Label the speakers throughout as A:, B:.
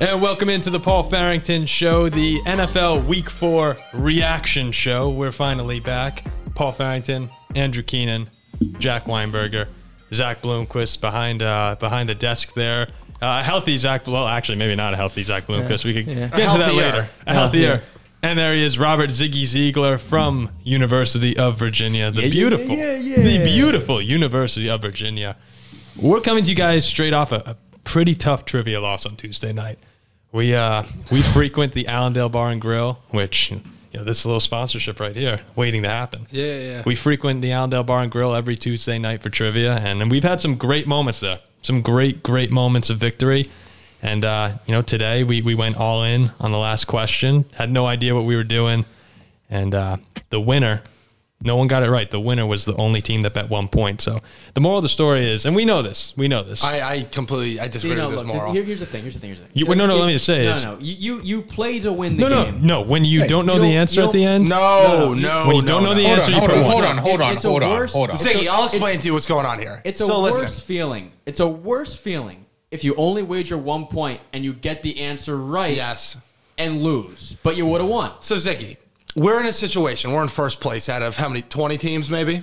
A: And welcome into the Paul Farrington Show, the NFL Week 4 reaction show. We're finally back. Paul Farrington, Andrew Keenan, Jack Weinberger, Zach Bloomquist behind uh, behind the desk there. Uh, healthy Zach, well, actually, maybe not a healthy Zach Bloomquist. we could
B: yeah.
A: get into that
C: Healthier.
A: later. A healthier. And there he is, Robert Ziggy Ziegler from University of Virginia, the
B: yeah,
A: beautiful,
B: yeah, yeah.
A: the beautiful University of Virginia. We're coming to you guys straight off a, a pretty tough trivia loss on Tuesday night. We uh we frequent the Allendale Bar and Grill, which you know this is a little sponsorship right here, waiting to happen.
C: Yeah, yeah.
A: We frequent the Allendale Bar and Grill every Tuesday night for trivia, and, and we've had some great moments there, some great great moments of victory. And uh, you know today we we went all in on the last question, had no idea what we were doing, and uh, the winner. No one got it right. The winner was the only team that bet one point. So the moral of the story is, and we know this, we know this.
C: I, I completely I disagree
B: You know,
C: with this
B: look,
C: moral.
B: here- here's the thing. Here's the thing. Here's the thing.
A: You- well, no, no, let me just say
B: no,
A: is-
B: no. You, you you play to win
A: no,
B: the
A: no,
B: game.
A: no. When you
B: Hey,
A: don't know
B: you
A: the
B: don't-
A: answer
B: you
A: at the
B: don't-
A: end,
C: no, no,
B: No, you-
C: no.
A: when you don't know the
C: no.
A: answer, you
D: hold
A: put
D: on,
A: one.
D: hold on, hold
B: It's-
D: on,
B: it's a
D: hold on,
B: worse-
D: hold on.
B: it's a-
C: Ziggy, I'll
B: it's-
C: explain to you what's going on here.
B: It's a
C: so
B: worse
C: listen.
B: feeling. It's a worse feeling if you only wager one point and you get the answer right
C: Yes.
B: and lose, but you would have won.
C: So Ziggy, we're in a situation. We're in first place out of how many? Twenty teams, maybe.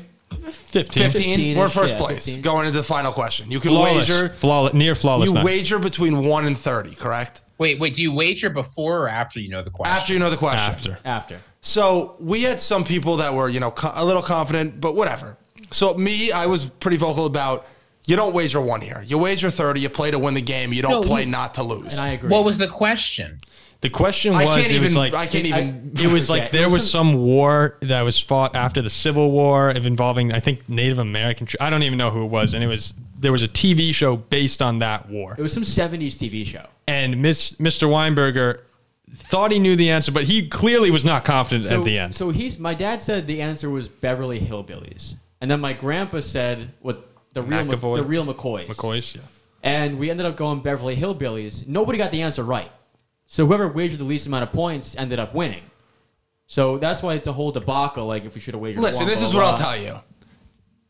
A: 15.
C: 15
B: 15 -ish,
C: We're first
B: yeah,
C: place
B: 15.
C: going into the final question. You can
A: Flawless,
C: wager.
A: flawless, near flawless.
C: You
A: night.
C: wager between one and thirty, correct?
D: Wait, wait. Do you wager before or after you know the question?
C: After you know the question.
A: after.
B: After
C: So we had some people that were, you know, co- a little confident, but whatever. So me, I was pretty vocal about you don't wager one here. You wager thirty. You play to win the game. You don't
D: No,
C: play
D: you-
C: not to lose.
B: and I agree.
D: What was the question?
A: The question
C: I
A: was,
C: can't
A: it
C: even.
A: was like,
C: I can't
B: I-
C: even.
A: it was
B: Okay,
A: like
B: it
A: there
B: was
A: was
B: some-
A: some war that was fought after the Civil War of involving, I think, Native American. tr- I don't even know who it was, and it was there was a TV show based on that war.
B: It was some '70s TV show.
A: And Miss Mr. Weinberger thought he knew the answer, but he clearly was not confident
B: So-
A: at the end.
B: So he's my dad said the answer was Beverly Hillbillies, and then my grandpa said what the real Mc-
A: McAvoy.
B: the real McCoys.
A: McCoy's, yeah.
B: and we ended up going Beverly Hillbillies. Nobody got the answer right. So whoever wagered the least amount of points ended up winning. So that's why it's a whole debacle. Like if we should have wagered.
C: Listen, this is what I'll tell you.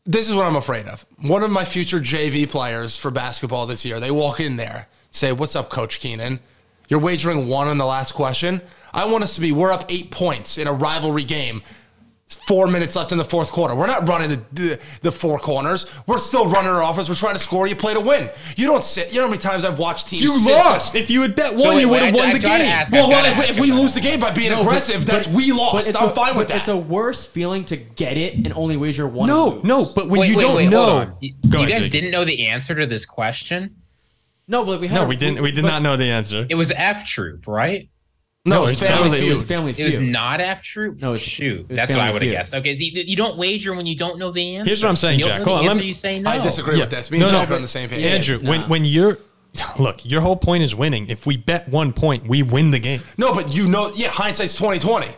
C: This is what I'm afraid of. One of my future JV players for basketball this year, they walk in there, say, What's up, Coach Keenan? You're wagering one on the last question. I want us to be, we're up eight points in a rivalry game. Four minutes left in the fourth quarter. We're not running the, the, the four corners. We're still running our offense. We're trying to score. You play to win. You don't sit. You know how many times I've watched teams.
A: You
C: sit-
A: lost. If you had bet one,
D: So wait,
A: you would
D: wait,
A: have
D: I-
A: won
D: I
A: the
D: gotta
A: game.
D: ask-
C: Well,
D: I've
C: well
D: gotta
C: if,
D: ask
C: if we
D: about
C: lose the
D: that.
C: game by being
B: No, but-
C: aggressive, that's
B: but-
C: we
B: but
C: lost.
B: it's
C: I'm
B: a-
C: fine with
B: but
C: that.
B: It's a worse feeling to get it and only wager one. and
A: No,
B: lose.
A: no, but when
D: wait,
A: you
D: wait,
A: don't
D: wait,
A: know,
D: Hold on. You,
A: Go
D: you
A: ahead,
D: guys
A: Ziggy.
D: didn't know the answer to this question.
B: no, but we had
A: No,
B: a-
A: we didn't. We did
B: but-
A: not know the answer.
D: It was F Troop, right?
A: No,
C: no, it's
A: it's
C: family
A: totally-
B: It was
C: feud.
B: Family
D: It
B: Feud.
D: was not F Troop.
B: No, it's-
D: shoot,
B: it's
D: that's what I
B: Family
D: would have
B: Feud.
D: guessed. Okay, so you, you don't wager when you don't know the answer.
A: Here's what I'm saying,
D: When you don't
A: Jack.
D: know the
A: Hold on, let
D: answer,
A: me-
D: you say no.
C: I disagree with this. Me
A: No,
C: and
A: no,
C: Jack are on
B: but-
C: the same page.
B: Yeah.
A: Andrew, when
B: Nah.
A: when you're look, your whole point is winning. If we bet one point, we win the game.
C: No, but you know, yeah, hindsight's twenty twenty.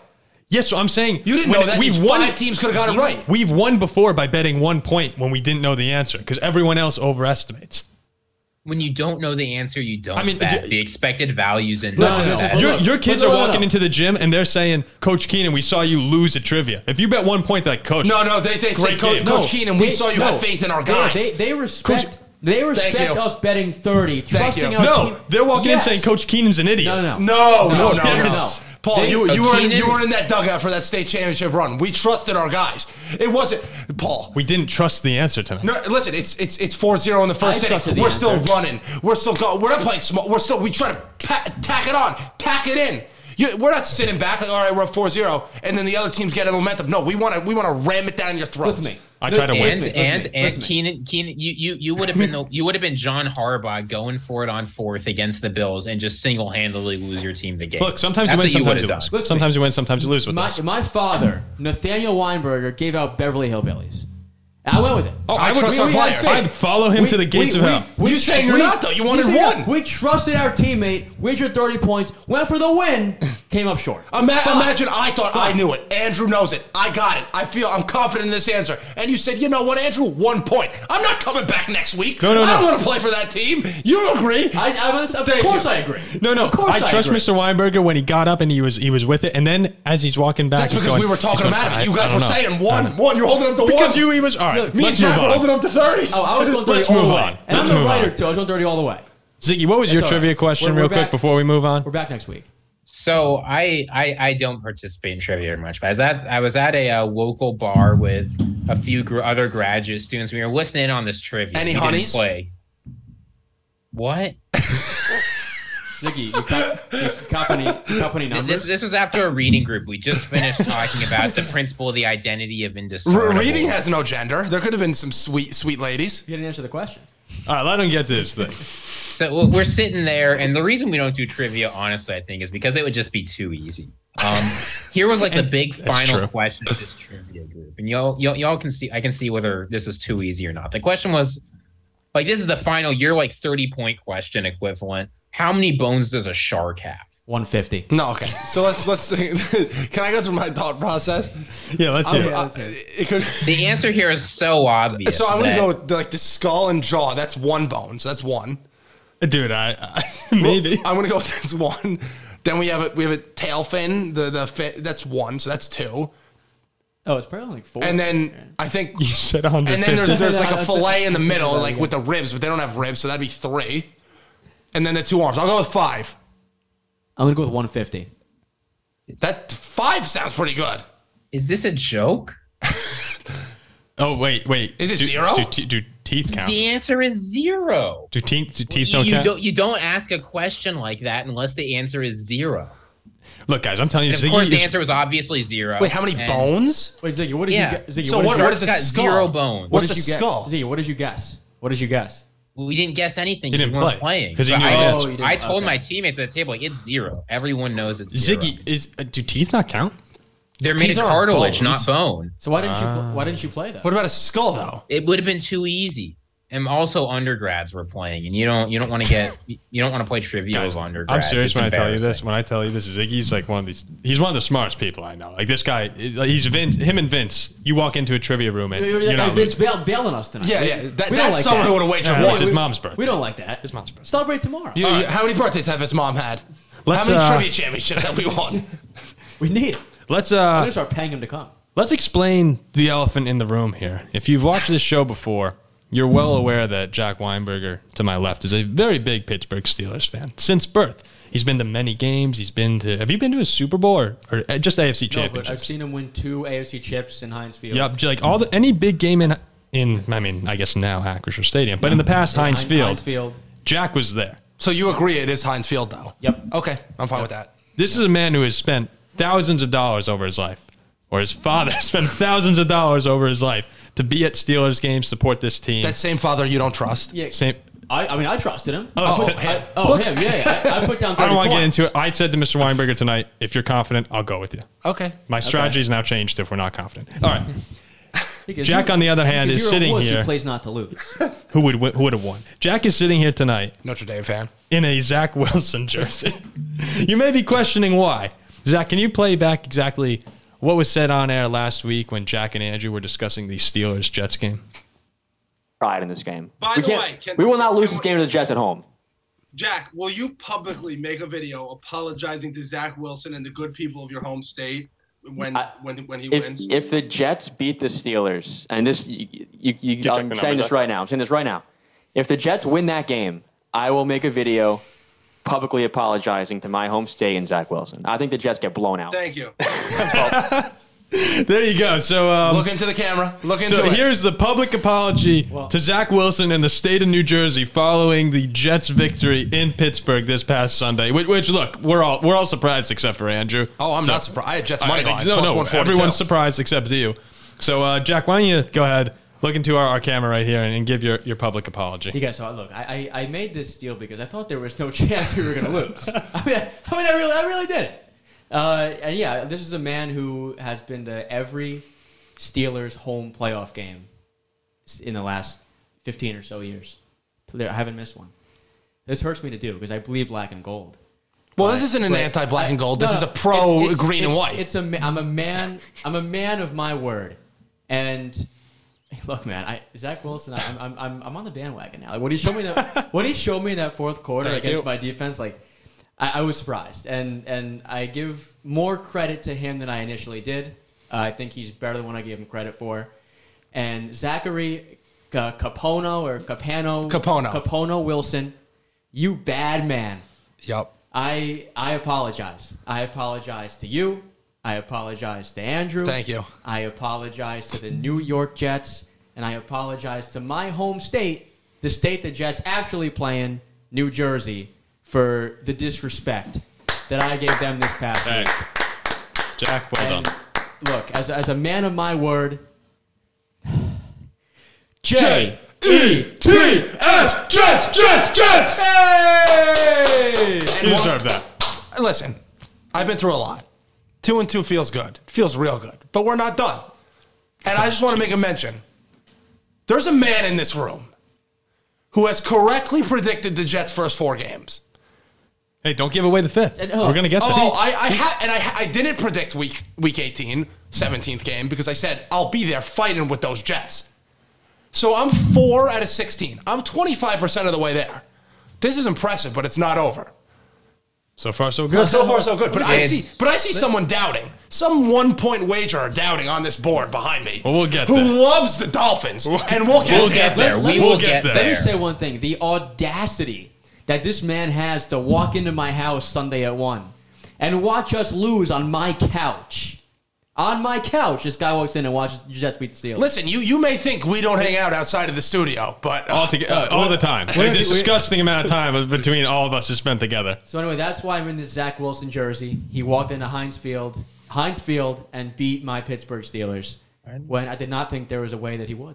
A: Yes, so I'm saying
C: You didn't
A: when
C: know that.
A: We've
C: These
A: won.
C: five teams could have got it right.
A: We've won before by betting one point when we didn't know the answer because everyone else overestimates.
D: When you don't know the answer, you don't.
A: I
D: I
A: mean,
D: mean,
A: d-
D: the expected values and
B: Listen, this is-
A: your,
B: look,
A: your kids
B: no,
A: are
B: no, no,
A: walking
B: no.
A: into the gym and they're saying, "Coach Keenan, we saw you lose at trivia. If you bet one point, they're like coach,
C: No, no, they, they
A: Great
C: said, Coach,
A: game.
C: Coach
A: No,
C: Keenan, we
B: They-
C: saw you
B: no,
C: had faith in our
B: they-
C: guys.
B: They, they respect. they respect
C: you.
B: us betting thirty, trusting
C: you.
B: our
A: no,
B: team.
A: they're walking
B: Yes.
A: in saying Coach Keenan's an idiot.
B: No, no,
C: no,
B: no.
C: no, no, no,
B: Yes.
C: Paul,
B: They-
C: you, you,
D: Oh,
C: were in,
D: Keenan-
C: you were in that dugout for that state championship run. We trusted our guys. It wasn't Paul.
A: We didn't trust the answer tonight.
C: No, listen, it's it's it's 4-0 in the first
B: I trusted
C: inning.
B: the
C: We're still
B: answer.
C: running. We're still going. We're not playing small. We're still we try to pa- tack it on, pack it in. You, we're not sitting back like all right, we're up 4-0, and then the other team's getting momentum. No, we want to we want to ram it down your throats.
B: Listen to me.
A: I tried to
D: and
A: win.
B: Listen,
D: and
B: listen,
D: and
B: listen.
D: Keenan Keenan you you you would have been the you would have been John Harbaugh going for it on fourth against the Bills and just single handedly lose your team the game.
A: Look, sometimes
D: That's
A: you win,
D: what
A: sometimes you,
D: would've
A: lose.
D: done.
A: Sometimes you win, sometimes you lose with
B: My,
A: us.
B: my father, Nathaniel Weinberger, gave out Beverly Hillbillies. And I went with it.
A: Oh, I,
C: I
A: would,
C: trust our
A: we-
C: players.
A: we- I'd follow him
B: We-
A: to the gates
B: we-
A: of
B: we-
A: hell.
B: we-
C: You saying you're
B: we-
C: not, though. You wanted
B: saying
C: one.
B: that. We trusted our teammate, wagered 30 points, went for the win, came up short.
C: Ima-
B: Fine.
C: Imagine I thought I
B: Fine.
C: knew it. Andrew knows it. I got it. I feel I'm confident in this answer. And you said, you know what, Andrew, one point. I'm not coming back next week.
A: No, no,
C: I don't
A: no.
C: want to play for that team. You agree?
B: I, I was, of
C: Thank
B: course
C: you.
B: I agree.
A: No, no.
B: Of course
A: I trust
B: agree.
A: Mr. Weinberger when he got up and he was he was with it, and then as he's walking back,
C: That's
A: he's
C: because
A: going,
C: we were talking
A: he's going,
C: about
A: "I-
C: it. You
A: I
C: guys
A: don't
C: were
A: know.
C: saying
A: I don't
C: one,
A: know."
C: one. You're holding up the
A: because
C: ones.
A: you he was all right.
C: Me
A: let's
C: and
A: move
C: Jack were
A: on.
C: holding up the thirties.
B: Oh, I was going 30
A: Let's
B: all the
A: move
B: way.
A: on.
B: And
A: Let's
B: I'm the
A: move
B: writer,
A: on.
B: too. I was going 30 all the way.
A: Ziggy, what was your
B: all
A: trivia
B: right.
A: question
B: We're-
A: real
B: we're
A: quick
B: back.
A: before we move on?
B: We're back next week.
D: So I, I I don't participate in trivia very much, but I was at I was at a, uh local bar with a few gr- other graduate students. We were listening in on this trivia.
C: Any
D: We didn't
C: honeys?
D: Play. What?
B: Ziggy, you cop, you cop any, you cop any numbers?
D: This this was after a reading group. We just finished talking about the principle of the identity of
C: Re-
D: indiscernible.
C: reading has no gender. There could have been some sweet, sweet ladies.
B: you didn't answer the question.
A: All right, let him get to his thing.
D: So we're- we're sitting there, and the reason we don't do trivia, honestly, I think, is because it would just be too easy. Um, here was like the big final
A: true.
D: question of this trivia group, and y'all, y'all, y'all can see, I can see whether this is too easy or not. The question was, like, this is the final, you're like thirty point question equivalent. How many bones does a shark have?
B: 150.
C: No, okay. So let's let's. can I go through my thought process?
A: Yeah, let's hear
B: Okay.
A: it.
C: Uh, it could.
D: The answer here is so obvious.
C: So I'm gonna
D: that-
C: go with like the skull and jaw. That's one bone. So that's one.
A: Uh, Dude, I, I maybe.
C: I'm gonna go with that's one. Then we have a we have a tail fin. The the fin, that's one. So that's two.
B: Oh, it's probably like four.
C: And then I think.
A: You said 150.
C: And then there's there's like a
B: That's-
C: fillet in the middle, like with the ribs, but they don't have ribs, so that'd be three. And then the two arms. I'll go with five.
B: I'm going to go with 150.
C: That five sounds pretty good.
D: Is this a joke?
A: oh wait, wait.
C: Is it
A: do,
C: zero?
A: Do, te- do teeth count?
D: The answer is zero.
A: Do teeth do teeth
D: You,
A: don't
D: you
A: count?
D: don't you don't ask a question like that unless the answer is zero.
A: Look, guys, I'm telling you,
D: And of
A: Ziggy
D: course, the
A: is-
D: answer was obviously zero.
C: Wait, how many
D: And
C: bones?
B: Wait, Ziggy, what did
D: Yeah.
B: you guess? Ziggy,
C: So
B: what,
C: what,
B: did you,
C: what is a
D: It's got
C: skull?
D: zero bones.
C: What's
B: did
C: a
B: you guess?
C: skull?
B: Ziggy, what did you guess? What did you guess?
D: We didn't guess anything.
A: He
D: You
A: didn't
D: weren't
A: play,
D: playing.
A: 'cause he
D: But
A: knew
D: I,
A: it
D: told-
A: was-
B: Oh, he didn't-
D: I told
B: okay.
D: my teammates at the table, like, it's zero. Everyone knows it's zero.
A: Ziggy is uh, do teeth not count?
D: They're made
C: These
D: of
C: aren't
D: cartilage, not
C: bones.
D: bone.
B: So why didn't you
A: Uh,
B: pl- why didn't you play that?
C: What about a skull though?
D: It would have been too easy. And also, undergrads were playing, and you don't you don't want to get you don't want to play trivia
A: Guys,
D: with
A: I'm
D: undergrads.
A: serious
D: It's
A: when I tell you
D: embarrassing.
A: this. When I tell you this, Ziggy's like one of these. He's one of the smartest people I know. Like this guy, like, he's Vince. Him and Vince. You walk into a trivia room and
B: You- you're
A: you're
B: that guy
A: not.
B: Vince
A: losing.
B: bail- bailing us tonight.
C: Yeah,
B: We-
C: yeah. That,
B: we
C: that's
B: don't like
C: someone
B: that.
C: who would have waged
A: Yeah,
C: one.
A: it's his
B: we-
A: mom's birthday.
B: We don't like that.
A: mom's birthday.
B: Celebrate tomorrow.
C: You- you- How many birthdays have his mom had?
A: Let's,
C: how many
A: uh,
C: trivia championships have we won?
B: We need it.
A: Let's
B: We're
A: uh,
B: gonna start paying him to come.
A: Let's explain the elephant in the room here. If you've watched this show before, you're well aware that Jack Weinberger to my left is a very big Pittsburgh Steelers fan since birth. He's been to many games. He's been to. Have you been to a Super Bowl or, or uh, just AFC
B: No, but I've
A: championships?
B: seen him win two AFC chips in Heinz Field.
A: yep, j- like all the any big game in in. I mean, I guess now Acrisure Stadium, but in the past
B: Hein-
A: Heinz Field,
B: Heinz Field.
A: Jack was there.
C: So you agree it is Heinz Field though?
B: Yep.
C: Okay, I'm fine with that.
A: This is a man who has spent thousands of dollars over his life, or his father spent thousands of dollars over his life to be at Steelers games, support this team.
C: That same father you don't trust.
B: Yeah.
A: Same.
B: I, I mean, I trusted him.
A: Oh,
B: I put,
A: to
B: I-
A: him.
B: oh, him. Yeah, yeah. I, I put down. 30
A: I don't want to get
B: points.
A: into it. I said to Mr. Weinberger tonight, if you're confident, I'll go with you.
C: Okay.
A: My strategy is now changed if we're not confident. All right.
B: Because
A: Jack,
B: you-
A: on the other hand, is
B: because you're a
A: sitting
B: wuss who
A: here.
B: plays not to lose.
A: Who would wi- who would have won? Jack is sitting here tonight
C: Notre Dame fan.
A: in a Zach Wilson jersey. you may be questioning why. Zach, can you play back exactly what was said on air last week when Jack and Andrew were discussing the Steelers Jets game?
E: pride in this game.
F: By
E: we
F: the
E: can't-
F: way, can-
E: we will not lose
F: can-
E: this game to the Jets at home.
F: Jack, will you publicly make a video apologizing to Zach Wilson and the good people of your home state when
E: I-
F: when when he
E: If
F: wins?
E: if the Jets beat the Steelers, and this you, you, you,
A: check
E: I'm
A: the
E: saying
A: numbers
E: this
A: up.
E: right now. I'm saying this right now. If the Jets win that game, I will make a video publicly apologizing to my home state and Zach Wilson. I think the Jets get blown out.
F: Thank you.
A: There you go. So um,
C: Look into the camera. Look into
A: So
C: it.
A: here's the public apology to Zach Wilson and the state of New Jersey following the Jets' victory in Pittsburgh this past Sunday. Which, which look, we're all we're all surprised except for Andrew.
C: oh, I'm
A: So-
C: not surprised. I had Jets
A: I-
C: money
A: I-
C: line.
A: no,
C: plus
A: no,
C: 142.
A: everyone's surprised except you. So uh, Jack, why don't you go ahead, look into our, our camera right here and, and give your, your public
B: You
A: apology.
B: guys saw. Look, I, I I made this deal because I thought there was no chance we were gonna lose. I mean, I, I mean, I really, I really did it. Uh, and yeah, this is a man who has been to every Steelers home playoff game s- in the last fifteen or so years. There, I haven't missed one. This hurts me to do because I bleed black and gold.
C: Well, this isn't an
B: But-
C: anti-black and gold. This
B: No,
C: is a
B: no,
C: pro
B: it's- it's-
C: green and
B: it's-
C: white.
B: It's a. ma- I'm a man. I'm a man of my word. And look, man, I Zach Wilson. I'm I'm I'm, I'm on the bandwagon now. Like, when he showed me that, when he showed me in that fourth quarter
C: Thank
B: against
C: you.
B: my defense, like I, I was surprised, and and I give more credit to him than I initially did. Uh, I think he's better than what I gave him credit for. And Zachary Ca- Capono or Capano
C: Capono.
B: Capono Wilson You bad man.
C: Yup.
B: I I apologize. I apologize to you. I apologize to Andrew.
C: Thank you.
B: I apologize to the New York Jets, and I apologize to my home state, the state the Jets actually play in, New Jersey, for the disrespect that I gave them this past
A: Hey.
B: week.
A: Jack, well
B: And
A: done.
B: look, as, as a man of my word,
A: J
B: Jay.
A: E T S Jets Jets Jets. You deserve that.
C: Listen, I've been through a lot. Two and two feels good. Feels real good. But we're not done. And I just want to make a mention. There's a man in this room who has correctly predicted the Jets' first four games.
A: Hey, don't give away the fifth.
B: And, oh.
A: We're gonna get there.
C: Oh, I, I ha- and I, ha- I didn't predict week week 18, 17th game because I said I'll be there fighting with those Jets. So I'm four out of 16. I'm 25% of the way there. This is impressive, but it's not over.
A: so far, so good.
C: So far, so good. But I
D: It's-
C: see, but I see someone doubting, some one point wager doubting on this board behind me.
A: Well, we'll get
C: Who
A: there.
C: loves the Dolphins, and we'll get
D: We'll
C: there.
D: get there.
B: Let-
D: We
B: let-
D: will get
A: let
B: Let me say
D: there.
B: one thing. The audacity that this man has to walk into my house Sunday at 1 and watch us lose on my couch. On my couch, this guy walks in and watches the Jets beat the Steelers.
C: Listen, you you may think we don't hang out outside of the studio, but uh,
A: all together, uh, all the time.
B: we're-
A: A disgusting amount of time between all of us is spent together.
B: So anyway, that's why I'm in this Zach Wilson jersey. He walked into Heinz Field, Heinz Field and beat my Pittsburgh Steelers when I did not think there was a way that he would.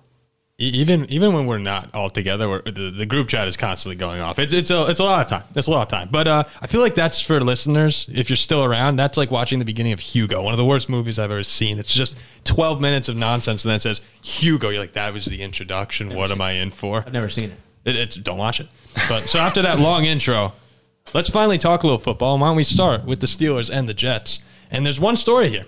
A: E- Even even when we're not all together, we're, the, the group chat is constantly going off. It's it's a it's a lot of time. It's a lot of time. But uh, I feel like that's for listeners. If you're still around, that's like watching the beginning of Hugo, one of the worst movies I've ever seen. It's just 12 minutes of nonsense, and then it says Hugo. You're like, that was the introduction. What am I in for?
B: I've never seen it.
A: It, it's don't watch it. But so after that long intro, let's finally talk a little football. Why don't we start with the Steelers and the Jets? And there's one story here.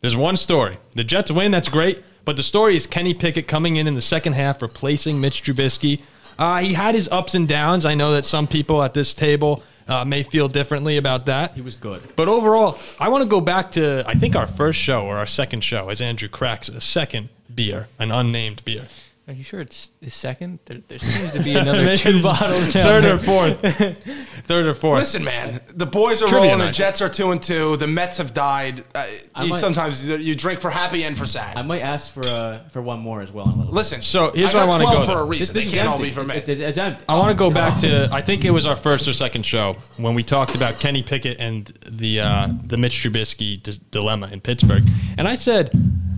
A: There's one story. The Jets win. That's great. But the story is Kenny Pickett coming in in the second half, replacing Mitch Trubisky. Uh, he had his ups and downs. I know that some people at this table uh, may feel differently about that.
B: He was good.
A: But overall, I want to go back to I think our first show or our second show, as Andrew cracks a second beer, an unnamed beer.
G: Are you sure it's the second? There, there seems to be another
A: Maybe
G: two bottles down
A: third
G: there.
A: or fourth, third or fourth.
C: Listen, man, the boys are
A: Trivia
C: rolling. The
A: night.
C: Jets are two and two. The Mets have died. Uh,
B: I
C: you,
B: might-
C: sometimes you drink for happy and for sad.
B: I might ask for uh, for one more as well in a little bit.
C: Listen,
A: So, here's
C: I
A: what I
C: got
A: wanna
C: 12
A: go
C: for a
A: there.
C: reason.
B: This
C: they
B: is
C: can't all
B: empty.
C: be for me.
B: It's, it's, it's empty.
A: I want to go back to I think it was our first or second show when we talked about Kenny Pickett and the uh, the Mitch Trubisky dis- dilemma in Pittsburgh, and I said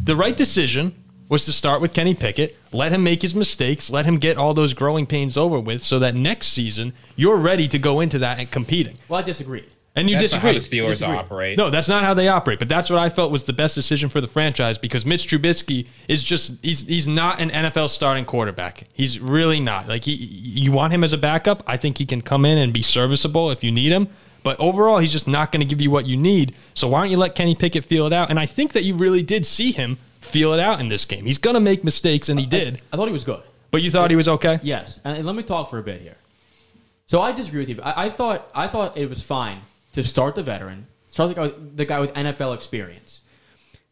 A: the right decision was to start with Kenny Pickett, let him make his mistakes, let him get all those growing pains over with, so that next season you're ready to go into that and competing.
B: Well, I disagree.
A: And you
D: That's not
A: disagree.
D: how the Steelers
B: Disagree.
D: operate.
A: No, that's not how they operate. But that's what I felt was the best decision for the franchise because Mitch Trubisky is just he's he's not an NFL starting quarterback. He's really not. Like he you want him as a backup. I think he can come in and be serviceable if you need him. But overall, he's just not going to give you what you need. So why don't you let Kenny Pickett feel it out? And I think that you really did see him feel it out in this game. He's going to make mistakes,
D: Uh,
A: and he did.
B: I thought he was good.
A: But you thought he was okay.
B: Yes, and, and let me talk for a bit here. So I disagree with you. I, I thought I thought it was fine to start the veteran, start the guy, with, the guy with NFL experience,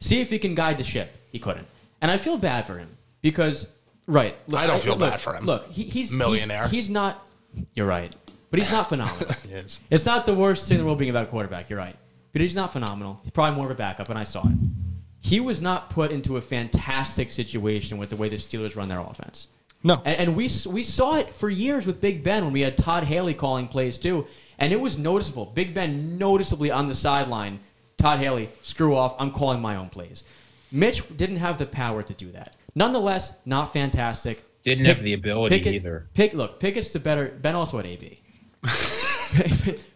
B: see if he can guide the ship. He couldn't, and I feel bad for him because right. Look,
C: I don't feel
B: look-
C: bad for him.
B: Look, he, he's
C: Millionaire.
B: He's, he's not. You're right, but he's not phenomenal.
A: Yes.
B: It's not the worst thing in the world being about a quarterback. You're right. But he's not phenomenal. He's probably more of a backup, and I saw it. He was not put into a fantastic situation with the way the Steelers run their offense.
A: No.
B: And, and we, s- we saw it for years with Big Ben when we had Todd Haley calling plays too. And it was noticeable. Big Ben noticeably on the sideline. Todd Haley, screw off. I'm calling my own plays. Mitch didn't have the power to do that. Nonetheless, not fantastic.
D: Didn't have the ability
B: Pickett,
D: either.
B: Pick, look, Pickett's the better. Ben also had AB.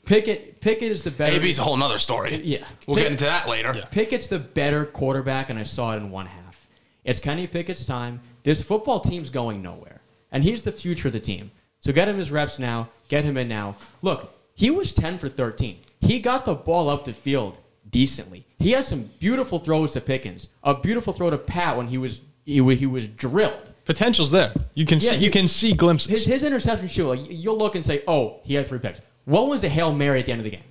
B: Pickett, Pickett is the better.
C: AB's a whole nother story.
B: Yeah.
C: We'll
B: Pick-
C: get into that later.
B: Pickett's the better quarterback, and I saw it in one half. It's Kenny Pickett's time. This football team's going nowhere, and he's the future of the team. So get him his reps now. Get him in now. Look, he was 10 for 13. He got the ball up the field decently. He had some beautiful throws to Pickens, a beautiful throw to Pat when he was he was, he was drilled.
A: Potential's there. You can
B: Yeah,
A: see
B: he-
A: you can see glimpses.
B: His, his interception shoot, like, you'll look and say, oh, he had three picks. What was the Hail Mary at the end of the game?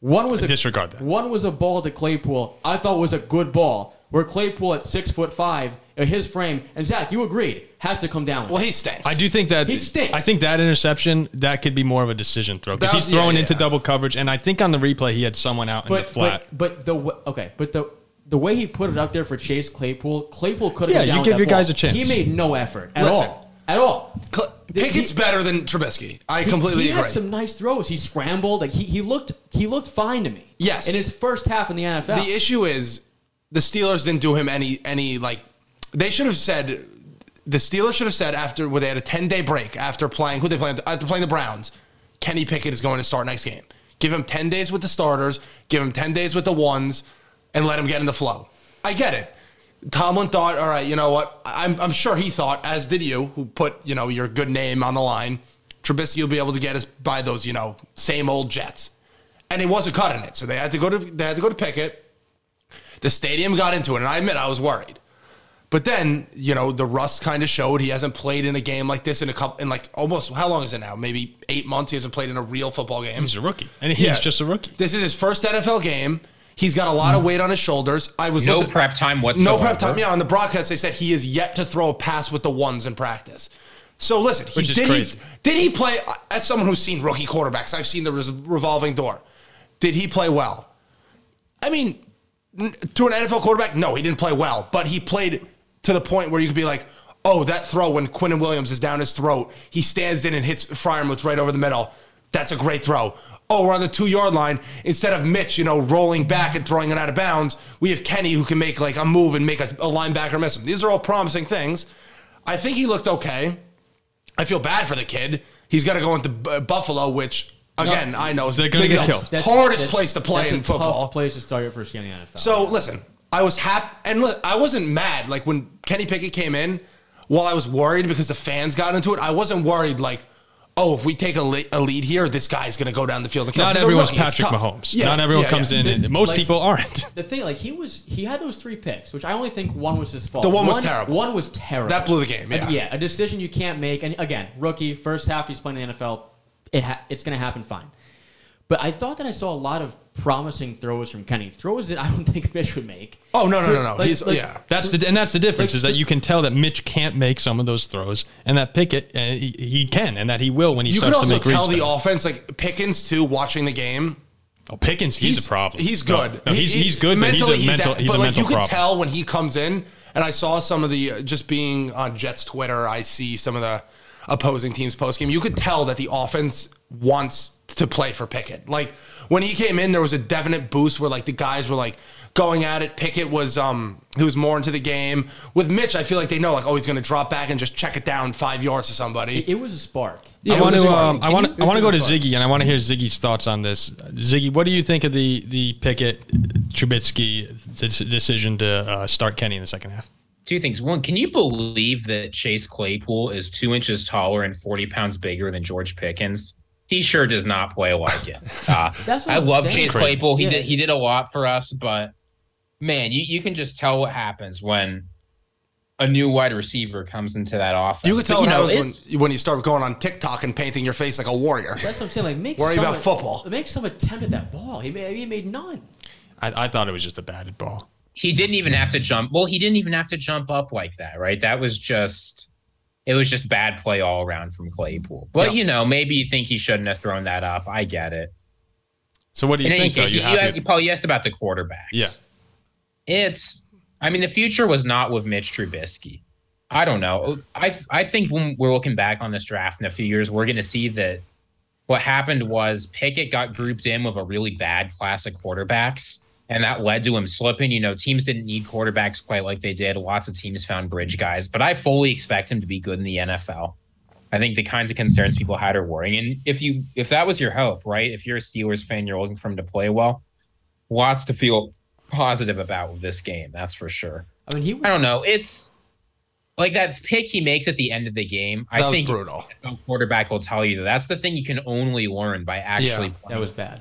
B: One was a
A: Disregard that.
B: One was a ball to Claypool. I thought was a good ball. Where Claypool at six foot five, uh, his frame, and Zach, you agreed, has to come down.
C: Well, he stinks.
A: I do think that
B: He stinks.
A: I think that interception that could be more of a decision throw because
C: That-
A: he's thrown
C: yeah,
A: into
C: yeah.
A: double coverage, and I think on the replay he had someone out in the flat.
B: But, but the w- okay, but the the way he put it out there for Chase Claypool, Claypool could have.
A: Yeah,
B: gone
A: you
B: down with
A: give
B: that
A: your
B: ball.
A: guys a chance.
B: He made no effort at
C: Listen.
B: all. At all.
C: Cl-
B: Th-
C: Pickett's
B: he-
C: better than Trubisky. I
B: He-
C: completely
B: he,
C: agree.
B: had some nice throws. He scrambled. Like he, he looked he looked fine to me.
C: Yes.
B: In his first half in the NFL.
C: The issue is the Steelers didn't do him any any like they should have said the Steelers should have said after well, they had a ten day break after playing who they played after playing the Browns, Kenny Pickett is going to start next game. Give him ten days with the starters, give him ten days with the ones, and let him get in the flow. I get it. Tomlin thought, all right, you know what? I'm, I'm sure he thought, as did you, who put you know your good name on the line. Trubisky will be able to get us by those you know same old Jets, and he wasn't cutting it. So they had to go to they had to go to Pickett. The stadium got into it, and I admit I was worried. But then, you know, the rust kind of showed. He hasn't played in a game like this in a couple, in like almost how long is it now? Maybe eight months. He hasn't played in a real football game.
A: he's a rookie, and he's
C: Yeah.
A: just a rookie. Mm.
C: This is his first NFL game. He's got a lot of weight on his shoulders. I was
D: No
C: listen-
D: prep time
C: No
D: whatsoever.
C: prep time. Yeah, on the broadcast they said he is yet to throw a pass with the ones in practice. So listen, he,
A: Which is
C: did
A: crazy.
C: he did he play as someone who's seen rookie quarterbacks? I've seen the res- revolving door. Did he play well? I mean, n- to an NFL quarterback, no, he didn't play well, but he played to the point where you could be like, oh, that throw when Quinn and Williams is down his throat, he stands in and hits Fryermuth right over the middle. That's a great throw. Oh, we're on the two yard line. Instead of Mitch, you know, rolling back and throwing it out of bounds, we have Kenny who can make like a move and make a, a linebacker miss him. These are all promising things. I think he looked okay. I feel bad for the kid. He's got to go into Bu- Buffalo, which, again, I know is
A: They're gonna get killed.
C: the
B: That's-
C: hardest
B: that's-
C: place to play
B: that's a
C: in football.
B: Tough place to start your first game in the NFL.
C: So listen, I was happy, and look, I wasn't mad. Like when Kenny Pickett came in, while I was worried because the fans got into it, I wasn't worried. Like, oh, if we take a, le- a lead here, this guy's gonna go down the field and kill. us.
A: Not
C: He's a
A: everyone's
C: rookie. It's
A: Patrick
C: tough.
A: Mahomes.
C: Yeah,
A: Not everyone
C: yeah,
A: comes
C: yeah.
A: in, and most
B: Like-
A: people aren't.
B: the thing, like he was, he had those three picks, which I only think one was his fault.
C: The one was terrible.
B: One was terrible.
C: That blew the game,
B: A-
C: yeah.
B: yeah, a decision you can't make. And again, rookie, first half, he's playing in the NFL. It ha- it's going to happen fine. But I thought that I saw a lot of promising throws from Kenny. Throws that I don't think Mitch would make.
C: Oh no no no no.
B: Like-
C: He's
B: like-
C: yeah.
A: That's the and that's the difference
B: Like,
A: is that
B: the-
A: you can tell that Mitch can't make some of those throws, and that Pickett uh, he, he can, and that he will when he
C: You could
A: starts to
C: also
A: make reads.
C: tell the
A: better.
C: offense, like Pickens too, watching the game.
A: Oh, Pickens, he's, a problem.
C: He's
A: No,
C: good.
A: no,
C: He-
A: he's,
C: he-
A: he's good, but he's a
C: mentally
A: mental.
C: at-
A: He's
C: but
A: a
C: like,
A: mental
C: you can
A: problem.
C: tell when he comes in, and I saw some of the uh, just being on Jets Twitter. I see some of the opposing teams post game. You could tell that the offense wants to play for Pickett. Like when he came in, there was a definite boost where like the guys were like going at it. Pickett was um he was more into the game. With Mitch, I feel like they know like oh he's going to drop back and just check it down five yards to somebody.
B: It was a spark.
C: Yeah,
A: I
C: it
A: want
C: was a
A: to.
C: good
A: Um,
C: one.
A: I want.
B: It
A: I
B: was
A: want to go
B: really
A: to
B: fun.
A: Ziggy, and I want to hear Ziggy's thoughts on this. Ziggy, what do you think of the the Pickett Trubisky de- decision to uh, start Kenny in the second half?
D: Two things. One, can you believe that Chase Claypool is two inches taller and 40 pounds bigger than George Pickens? He sure does not play like it. Uh,
B: That's what
D: I
B: I'm
D: love
B: saying.
D: Chase
A: Crazy.
D: Claypool. He
B: Yeah.
D: did he did a lot for us, but man, you, you can just tell what happens when a new wide receiver comes into that offense.
C: you could
D: But,
C: tell it
D: it's-
C: happens when, when you start going on TikTok and painting your face like a warrior.
B: That's what I'm saying. Like make
C: Worry
B: some
C: about football.
B: Make some attempt at that ball. He made, he made none.
A: I, I thought it was just a batted ball.
D: he didn't even have to jump. Well, he didn't even have to jump up like that, right? That was just it was just bad play all around from Claypool. But you know, maybe you think he shouldn't have thrown that up. I get it.
A: So what do you
D: In any
A: think? Though
D: case,
A: you
D: you, you,
A: happy?
D: you, Paul, you asked about the quarterbacks.
A: Yeah.
D: It's I mean, the future was not with Mitch Trubisky. I don't know. I I think when we're looking back on this draft in a few years, we're gonna see that what happened was Pickett got grouped in with a really bad class of quarterbacks, and that led to him slipping. You know, teams didn't need quarterbacks quite like they did. Lots of teams found bridge guys, but I fully expect him to be good in the NFL. I think the kinds of concerns people had are worrying. And if you if that was your hope, right? If you're a Steelers fan, you're looking for him to play well. Lots to feel positive about with this game, that's for sure.
B: I mean, he was
D: I don't know. It's like that pick he makes at the end of the game. I
C: That was
D: think
C: brutal.
D: no quarterback will tell you that. That's the thing you can only learn by actually
C: Yeah.
B: That
D: playing.
B: was bad.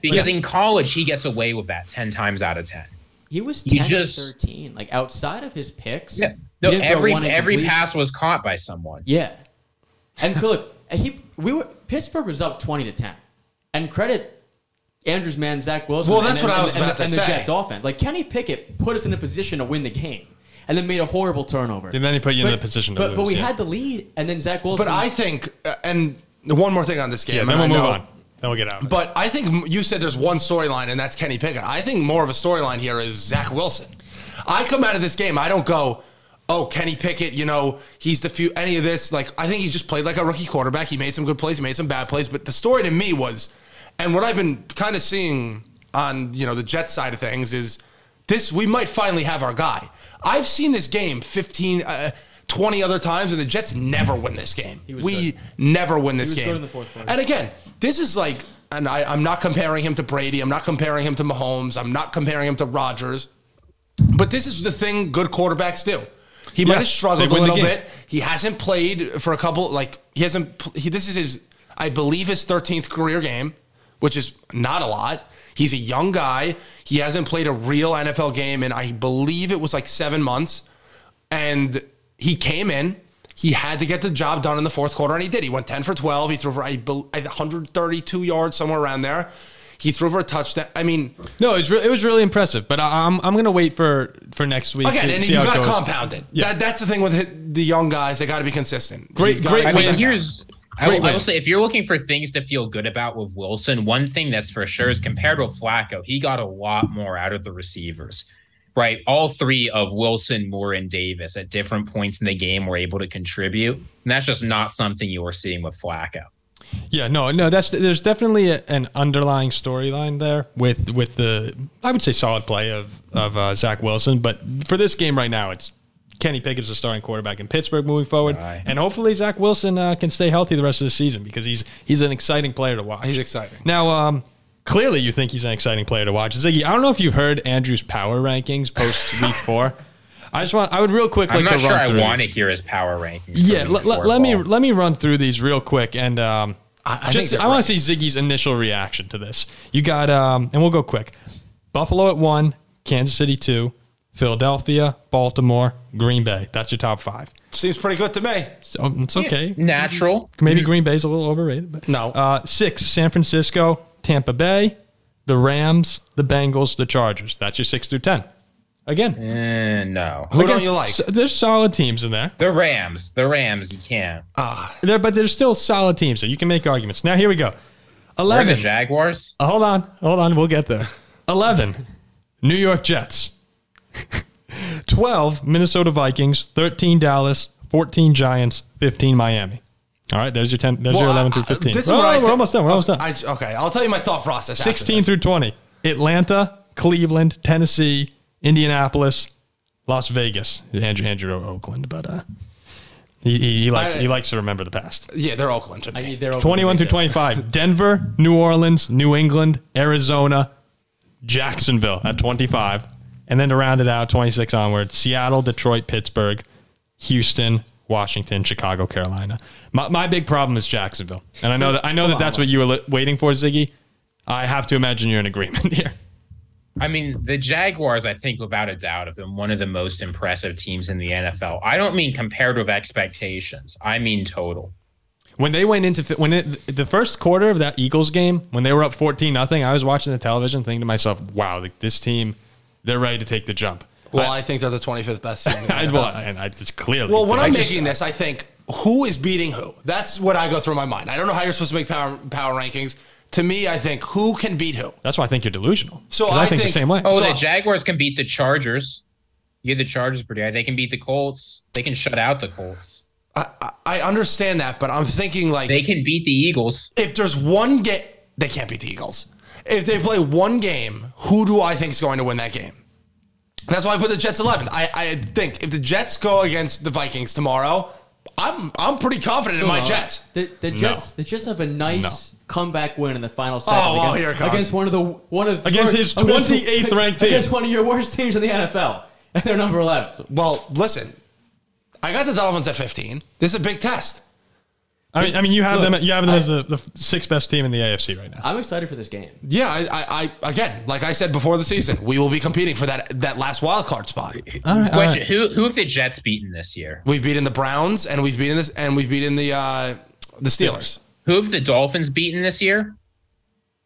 D: because in college he gets away with that ten times out of ten.
B: He was
D: You
B: 10 to
D: just-
B: 13. Like outside of his picks.
D: Yeah.
B: he
D: No,
B: didn't throw
D: every
B: one
D: every
B: incomplete.
D: pass was caught by someone.
B: Yeah. And look, he we were Pittsburgh was up 20 to 10. And credit Andrews, man, Zach Wilson.
C: Well,
B: and-
C: that's
B: and,
C: what I was
B: and,
C: about to
B: and
C: say.
B: the Jets offense. Like Kenny Pickett put us in a position to win the game, and then made a horrible turnover.
A: And then he put you in the position to
B: but, But
A: lose,
B: we
A: yeah.
B: had the lead, and then Zach Wilson.
C: But I think, uh, and one more thing on this game.
A: Yeah,
C: and
A: then we'll
C: I
A: move
C: know-
A: on. Then we'll get out. of it.
C: But I think m- you said there's one storyline, and that's Kenny Pickett. I think more of a storyline here is Zach Wilson. I come out of this game, I don't go, oh, Kenny Pickett, you know, he's the few, any of this. Like, I think he just played like a rookie quarterback. He made some good plays, he made some bad plays. But the story to me was, and what I've been kind of seeing on, you know, the Jets side of things is this, we might finally have our guy. I've seen this game 15, uh, 20 other times, and the Jets never win this game.
B: was
C: We
B: good.
C: never win this
B: was good
C: game.
B: in the fourth quarter.
C: And again, this is like, and I, I'm not comparing him to Brady. I'm not comparing him to Mahomes. I'm not comparing him to Rodgers. But this is the thing good quarterbacks do. He might
A: Yeah,
C: have struggled
A: they
C: a
A: win the
C: little
A: game.
C: bit. He hasn't played for a couple, like, he hasn't, pl- he, this is his, I believe, his 13th career game, which is not a lot. He's a young guy. He hasn't played a real NFL game in, I believe it was like seven months. And he came in. He had to get the job done in the fourth quarter, and he did. He went 10 for 12. He threw for I bel- 132 yards, somewhere around there. He threw for a touchdown. I mean,
A: no, it was, re- it was really impressive. But I, I'm I'm gonna wait for for next week.
C: again,
A: see,
C: and
A: see
C: you
A: how it
C: got to
A: goes.
C: compound it.
A: Yeah.
C: That, that's the thing with hit- the young guys. They got to be consistent.
A: Great-
C: He's gotta
A: great
D: I
C: put
A: win.
D: mean,
C: that down.
D: here's I
A: Great
D: will, I
A: win.
D: will say if you're looking for things to feel good about with Wilson, one thing that's for sure is compared with Flacco, he got a lot more out of the receivers. Right, all three of Wilson, Moore, and Davis at different points in the game were able to contribute, and that's just not something you were seeing with Flacco.
A: Yeah, no, no. That's there's definitely a, an underlying storyline there with with the I would say solid play of of uh, Zach Wilson, but for this game right now, it's Kenny Pickett's the starting quarterback in Pittsburgh moving forward,
D: Aye.
A: and hopefully Zach Wilson uh, can stay healthy the rest of the season because he's he's an exciting player to watch.
C: He's exciting.
A: Now, um, clearly you think he's an exciting player to watch, Ziggy. I don't know if you've heard Andrew's power rankings post week four. I just want I would real quick
D: I'm
A: like
D: not
A: to
D: sure
A: run
D: I
A: through
D: want to
A: these.
D: hear his power rankings.
A: Yeah,
D: for
A: let,
D: week
A: let,
D: four
A: let me
D: ball.
A: let me run through these real quick and um,
C: I- I think
A: just
C: they're
A: I want
C: right.
A: to see Ziggy's initial reaction to this. You got um, and we'll go quick. Buffalo at one, Kansas City two, Philadelphia, Baltimore, Green Bay. That's your top five.
C: Seems pretty good to me.
A: So um, it's okay.
D: natural.
A: Maybe Green Bay's a little overrated, but
C: No.
A: Uh, six, San Francisco, Tampa Bay, the Rams, the Bengals, the Chargers. That's your six through ten. Again,
D: Eh, no,
C: Who
A: again,
C: don't you like?
A: so- there's solid teams in there.
D: the Rams, the Rams. You can't.
A: There, but there's still solid teams, so you can make arguments. Now here we go.
D: We're the
A: Eleven.
D: Jaguars.
A: Uh, hold on, hold on. We'll get there. Eleven. New York Jets. Twelve. Minnesota Vikings. Thirteen. Dallas. Fourteen. Giants. Fifteen. Miami. All right, there's your ten. There's your
C: Well,
A: eleven
C: I-
A: through
C: I-
A: fifteen.
C: This is
A: No,
C: what
A: no,
C: I
A: we're
C: thi-
A: almost done. We're almost done.
C: I, okay, I'll tell you my thought process. after
A: 16
C: this.
A: through 20 atlanta cleveland tennessee indianapolis las vegas andrew andrew oakland but uh he, he, he likes
C: I-
A: he likes to remember the past
C: Yeah, they're Oakland to me.
B: I, they're over-
A: 21 through 25 denver new orleans new england arizona jacksonville at 25 and then to round it out 26 onward seattle detroit pittsburgh houston washington chicago carolina my, my big problem is jacksonville and i know that i know that that's what you were li- waiting for ziggy i have to imagine you're in agreement here
D: I mean, the Jaguars, I think, without a doubt, have been one of the most impressive teams in the NFL. I don't mean compared with expectations. I mean total.
A: when they went into when it, the first quarter of that Eagles game, when they were up fourteen nothing, I was watching the television, thinking to myself, "Wow, like, this team, they're ready to take the jump."
C: well, I, think they're the 25th best. team in the
A: I,
C: NFL.
A: well, and I just clearly.
C: Well, when I'm
D: just-
C: making this, I think who is beating who. That's what I go through my mind. I don't know how you're supposed to make power power rankings. To me, I think who can beat who.
A: that's why I think you're delusional.
C: So
A: 'Cause
C: I
A: I think,
C: think-
A: the same way.
D: Oh,
C: So-
D: the Jaguars can beat the Chargers. You get the Chargers pretty high. They can beat the Colts. They can shut out the Colts.
C: I, I, I understand that, but I'm thinking like
D: They can beat the Eagles.
C: if there's one game, they can't beat the Eagles. If they play one game, who do I think is going to win that game? That's why I put the Jets 11th. I, I think if the Jets go against the Vikings tomorrow, I'm I'm pretty confident in my Jets.
B: The, the Jets. The Jets have a nice
A: No. Oh,
B: comeback win in the final second
C: well,
B: against,
C: here it comes.
B: against one of the one of
A: Against his
B: against-
A: 28th ranked team.
B: Against one of your worst teams in the NFL, and they're number eleven.
C: Well, listen, I got the Dolphins at 15. This is a big test.
A: I mean, I mean, you have
B: Look,
A: them. You have them
B: I-
A: as the, the sixth best team in the AFC right now.
B: I'm excited for this game.
C: Yeah, I, I, I again, like I said before the season, we will be competing for that that last wild card spot.
D: Question: Who who have the Jets beaten this year?
C: We've beaten the Browns, and we've beaten this, and we've beaten the uh, the Steelers.
D: Who have the Dolphins beaten this year?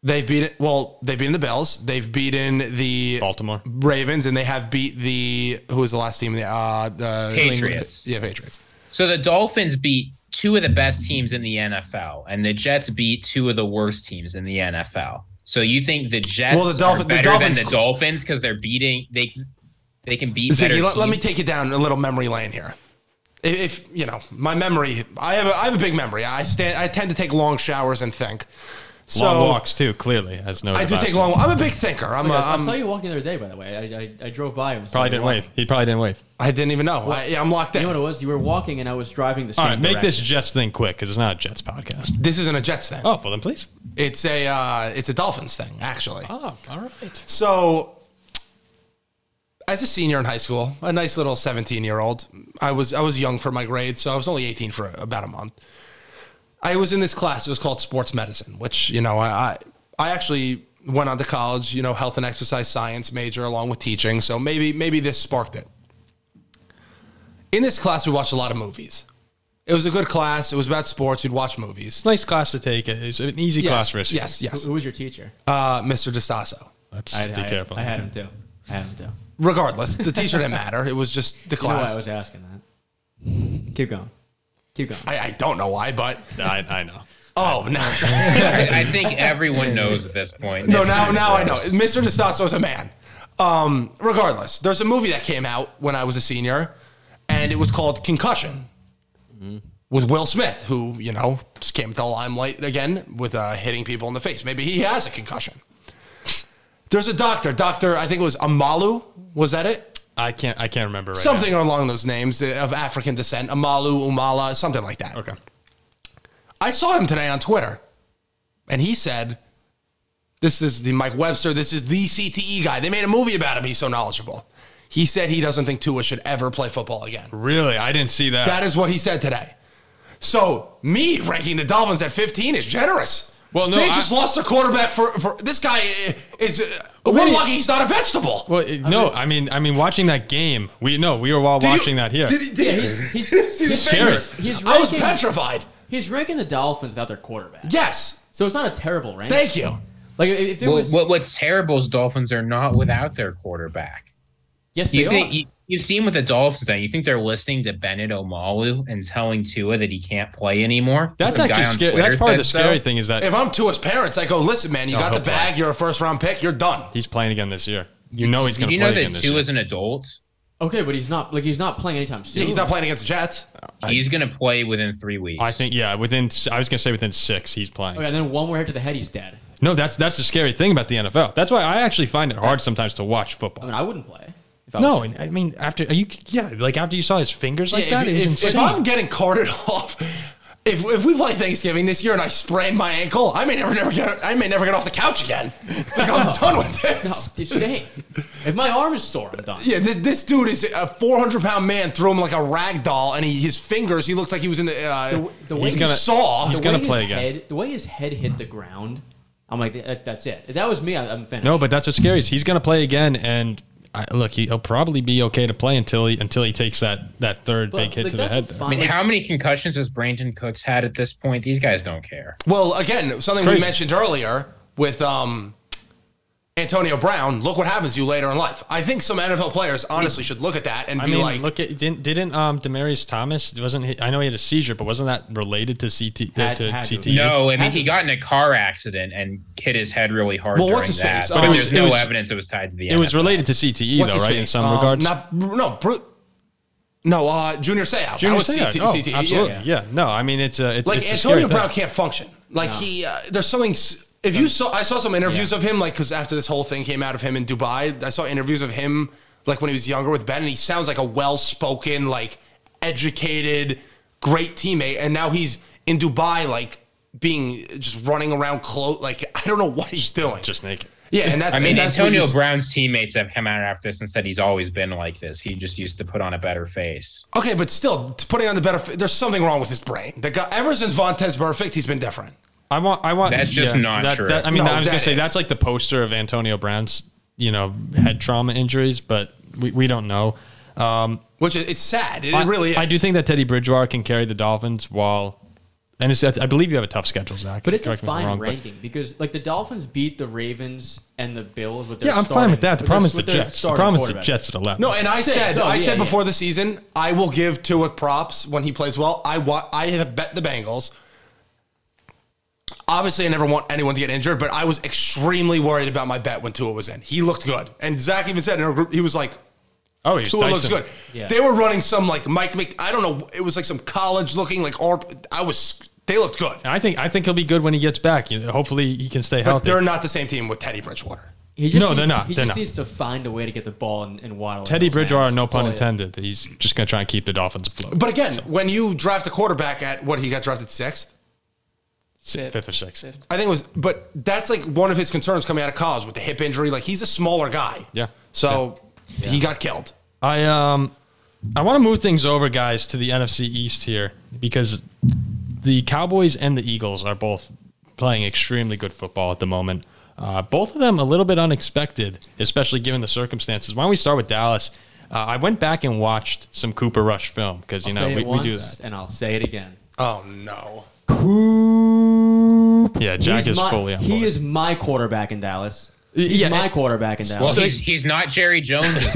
C: They've beaten well, they've beaten the Bills. They've beaten the
A: Baltimore.
C: Ravens, and they have beat the who was the last team? The uh, the
D: Patriots.
C: Yeah, Patriots.
D: So the Dolphins beat two of the best teams in the NFL, and the Jets beat two of the worst teams in the NFL. So you think the Jets
C: Well, the Dolphin-
D: are
C: the
D: better
C: Dolphins-
D: than the Dolphins because they're beating they they can beat better
C: Ziggy, let, let me
D: teams?
C: take you down a little memory lane here. If, if you know my memory, I have a, I have a big memory. I stand. I tend to take long showers and think. So
A: long walks too. Clearly, as no.
C: I do take long. I'm a big thinker. I'm. a,
B: I,
C: I'm
B: saw you walking the other day, by the way. I, I, I drove by. and saw
A: Probably
B: you
A: didn't
B: walking.
A: wave. He probably didn't wave.
C: I didn't even know. I, yeah, I'm locked in.
B: You know what it was? You were walking, and I was driving the same
A: All right, make this
B: direction.
A: Jets thing quick because it's not a Jets podcast.
C: this isn't a Jets thing.
A: Oh, well then, please.
C: It's a uh, it's a Dolphins thing actually.
A: Oh, all right.
C: So, as a senior in high school, a nice little seventeen-year-old, I was I was young for my grade, so I was only eighteen for about a month. I was in this class. It was called sports medicine, which you know I I, I actually went on to college. You know, health and exercise science major along with teaching. So maybe maybe this sparked it. In this class, we watched a lot of movies. It was a good class. It was about sports. We'd watch movies.
A: Nice class to take. It's an easy class for us.
C: yes, yes.
B: Who, who was your teacher?
C: Uh, Mr. DeStasso.
A: Let's
B: I,
A: be
B: I-
A: careful.
B: I had him too. I had him too. You
C: Regardless, the teacher didn't matter. It was just the
B: know why
C: class.
B: I was asking that? Keep going. Keep going.
C: I, I don't know why, but
A: I, I know.
C: oh no,
D: I, I think everyone knows at this point.
C: no
D: It's
C: now
D: kinda
C: now I know.
D: gross.
C: Mr. DeSasso is a man. Um, regardless, there's a movie that came out when I was a senior, and it was called Concussion
A: Mm-hmm.
C: with Will Smith, who you know just came to the limelight again with uh, hitting people in the face. Maybe he has a concussion. There's a doctor, doctor. I think it was Amalu. Was that it?
A: I can't. I can't remember right
C: Something along those names uh, of African descent, Amalu, Umala, something like that.
A: now. Okay.
C: I saw him today on Twitter, and he said, "This is the Mike Webster. This is the CTE guy. They made a movie about him. He's so knowledgeable." He said he doesn't think Tua should ever play football again.
A: Really, I didn't see that.
C: That is what he said today. So me ranking the Dolphins at 15 is generous.
A: Well, no,
C: they
A: I-
C: just lost a quarterback for, for this guy uh, is uh, we're
A: wait.
C: lucky he's not a vegetable.
A: well, it- no, I mean, I mean, watching that game. We no, we were all
C: you-
A: watching that here.
F: Did, he- did, he-
B: He's,
F: did you see the
A: Scary.
F: fingers?
B: he's
C: I was
B: ranking,
C: petrified.
B: he's ranking the Dolphins without their quarterback.
C: Yes,
B: So it's not a terrible rank.
C: thank you.
B: like if if it
D: Well,
B: was
D: what, what's terrible is Dolphins are not without their quarterback.
B: yes,
D: You
B: they
D: think
B: are.
D: you, you've seen what the Dolphins done? You think they're listening to Bennett Omalu and telling Tua that he can't play anymore?
A: That's
D: Some guy
A: actually
D: on
A: scary.
D: Twitter
A: That's probably
D: said
A: the scary
D: so.
A: thing is that
C: If I'm Tua's parents, I go, listen, man, you
A: No,
C: got the
A: he'll play.
C: bag. You're a first round pick. You're done.
A: he's playing again this year. You know he's going
D: Do
A: to
D: you
A: play
D: know
A: again
D: that
A: this
D: Tua
A: year.
D: is an adult?
B: okay, but he's not like he's not playing anytime soon.
C: Yeah, he's not playing against the Jets.
D: He's going to play within three weeks.
A: I think yeah. Within I was going to say within six he's playing.
B: Okay, and then one more hit to the head, he's dead.
A: No, that's that's the scary thing about the NFL. That's why I actually find it hard sometimes to watch
B: I
A: football.
B: mean, I wouldn't play. If I
A: No,
B: was,
A: and I mean after are you yeah like after you saw his fingers like
C: Yeah,
A: that it was
C: if, if- if
A: insane.
C: I'm getting carted off, if, if we play Thanksgiving this year and I sprain my ankle, I may never never get I may never get off the couch again. Like I'm done with
B: no,
C: this.
B: just saying. if my arm is sore, I'm done.
C: Yeah, this, this dude is a 400 pound man. Threw him like a rag doll, and he, his fingers. He looked like he was in the. Uh,
B: The, the way
A: He's gonna-
C: saw.
A: he's
B: the
A: gonna
B: way
A: play
B: his
A: again.
B: Head, the way his head hit the ground, I'm like, that, that's it. If that was me, I, I'm finished.
A: No, but that's what's scary. Is he's going to play again, and I, look, he'll probably be okay to play until he until he takes that that third
B: But,
A: big hit
B: like,
A: to the
B: that's
A: head.
B: a
A: There.
B: fine-
D: I mean,
B: like,
D: how many concussions has Brandon Cooks had at this point? These guys don't care.
C: well, again, something we
A: Crazy.
C: mentioned earlier with um, Antonio Brown. Look what happens to you later in life. I think some NFL players honestly should look at that and
A: I
C: be
A: mean,
C: like,
A: look at didn't didn't um Demarius Thomas wasn't he, I know he had a seizure, but wasn't that related to CT uh,
B: Had-
A: to
B: had to
A: CT?
B: be.
D: No, I mean
B: Happens.
D: he got in a car accident and hit his head really hard
C: Well,
D: during
C: what's his
D: that.
C: face?
D: But
C: Oh, it was-
D: there's
A: it
D: no
A: was-
D: evidence it was tied to the.
A: It was
D: NFL.
A: related to CTE
C: What's
A: though,
C: his
A: right? In
C: face?
A: some
C: Um,
A: regards,
C: Not no, Bru- no, uh, Junior Seau.
A: Junior
C: that was
A: Seau.
C: CT,
A: Oh,
C: CTE, E, yeah.
A: absolutely. Yeah. no, I mean it's a it's
C: Like
A: it's a scary
C: Antonio
A: thing.
C: Brown can't function. Like he, uh, there's something. s- If you saw, I saw some interviews of him. Like because after this whole thing came out of him in Dubai, I saw interviews of him like when he was younger with Ben, and he sounds like a well-spoken, like educated, great teammate. And now he's in Dubai, like being just running around close. Like I don't know what he's doing.
A: just naked.
C: yeah, and that's
D: I mean,
C: and that's what
D: Antonio
C: he's-
D: Brown's teammates have come out after this and said he's always been like this. He just used to put on a better face.
C: Okay, but still, t- putting on the better, f- there's something wrong with his brain. The guy, ever since Vontez Perfect, he's been different.
A: I want. I want.
D: That's just not
A: that,
D: true.
A: that- I mean,
C: No,
A: I was
C: that
A: gonna say
C: is.
A: that's like the poster of Antonio Brown's, you know, head trauma injuries, but we, we don't know. Um,
C: Which is, it's sad. It,
A: I-
C: really is.
A: I do think that Teddy Bridgewater can carry the Dolphins while And it's, I believe you have a tough schedule, Zach.
B: But it's a
A: Correct me if I'm
B: fine
A: wrong, but-
B: ranking because like the Dolphins beat the Ravens and the Bills with their
A: Yeah, I'm
B: starting,
A: fine with that. The
B: with
A: problem
B: their-
A: is the
B: with their
A: Jets. The
B: starting
A: problem is the
B: quarterback.
A: Jets at 11.
C: No, and I
B: Six.
C: said
B: Oh,
C: I
B: yeah,
C: said
B: yeah.
C: before the season I will give Tua props when he plays well. I wa- I have bet the Bengals. Obviously, I never want anyone to get injured, but I was extremely worried about my bet when Tua was in. He looked good, and Zach even said in our group he was like,
A: oh, he's
C: Tua looks
A: Tyson.
C: good.
B: Yeah.
C: They were running some like Mike Mc. I don't know. It was like some college looking like. Or I was. They looked good.
A: I think I think he'll be good when he gets back. You know, hopefully, he can stay
C: But
A: healthy.
C: they're not the same team with Teddy Bridgewater.
B: He just
A: No,
B: needs,
A: they're not.
B: He
A: They're
B: just
A: not.
B: needs to find a way to get the ball and, and waddle. in
A: Teddy
B: those hands.
A: Bridgewater, no
B: That's
A: pun
B: all it-
A: intended. He's just going to try and keep the Dolphins afloat.
C: But again, when you draft a quarterback at what he got drafted sixth,
A: Fifth, or sixth.
C: I think it was. But that's like one of his concerns coming out of college with the hip injury. Like he's a smaller guy.
A: Yeah.
C: So he got killed.
A: I um I want to move things over, guys, to the NFC East here because the Cowboys and the Eagles are both playing extremely good football at the moment. Uh, both of them a little bit unexpected, especially given the circumstances. Why don't we start with Dallas? Uh, I went back and watched some Cooper Rush film because you
B: I'll say
A: know
B: it
A: we, we do
B: once,
A: that.
B: and I'll say it again.
C: Oh no.
A: Yeah, Jack
B: He's
A: is
B: my,
A: fully on
B: He
A: board.
B: is my quarterback in Dallas.
A: Y-
B: He's
A: yeah,
B: my
A: and-
B: quarterback in
D: Well,
B: Dallas.
D: he's, he's not Jerry Jones.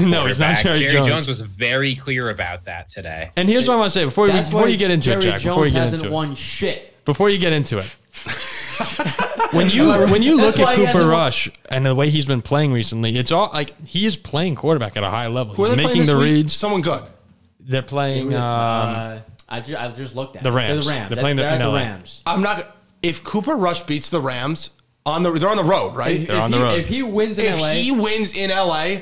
A: No, he's not Jerry
D: Jones.
A: Jones.
D: was very clear about that today.
A: And here's what I want to say before we,
B: That's
A: before
B: why
A: you get into
B: Jerry
A: it, Jack.
B: Jones
A: before you get
B: hasn't
A: into it.
B: won shit.
A: before you get into it. when you when you
B: That's
A: look at
B: why he hasn't
A: Cooper
B: won-
A: Rush and the way he's been playing recently, it's all like he is playing quarterback at a high level.
C: Who are
A: He's
C: they playing
A: making
C: this
A: the
C: week?
A: reads.
C: Someone good.
A: They're playing. Um,
B: uh, I, ju- I just looked at
A: the
B: it. They're
A: Rams.
B: The Rams.
A: They're playing the-
B: They're at
A: in
B: the
A: LA.
B: Rams.
C: I'm not. If Cooper Rush beats the Rams on the, they're on the road, right?
A: They're on the
B: he,
A: road.
B: If he wins in
C: If
B: LA,
C: he wins in LA,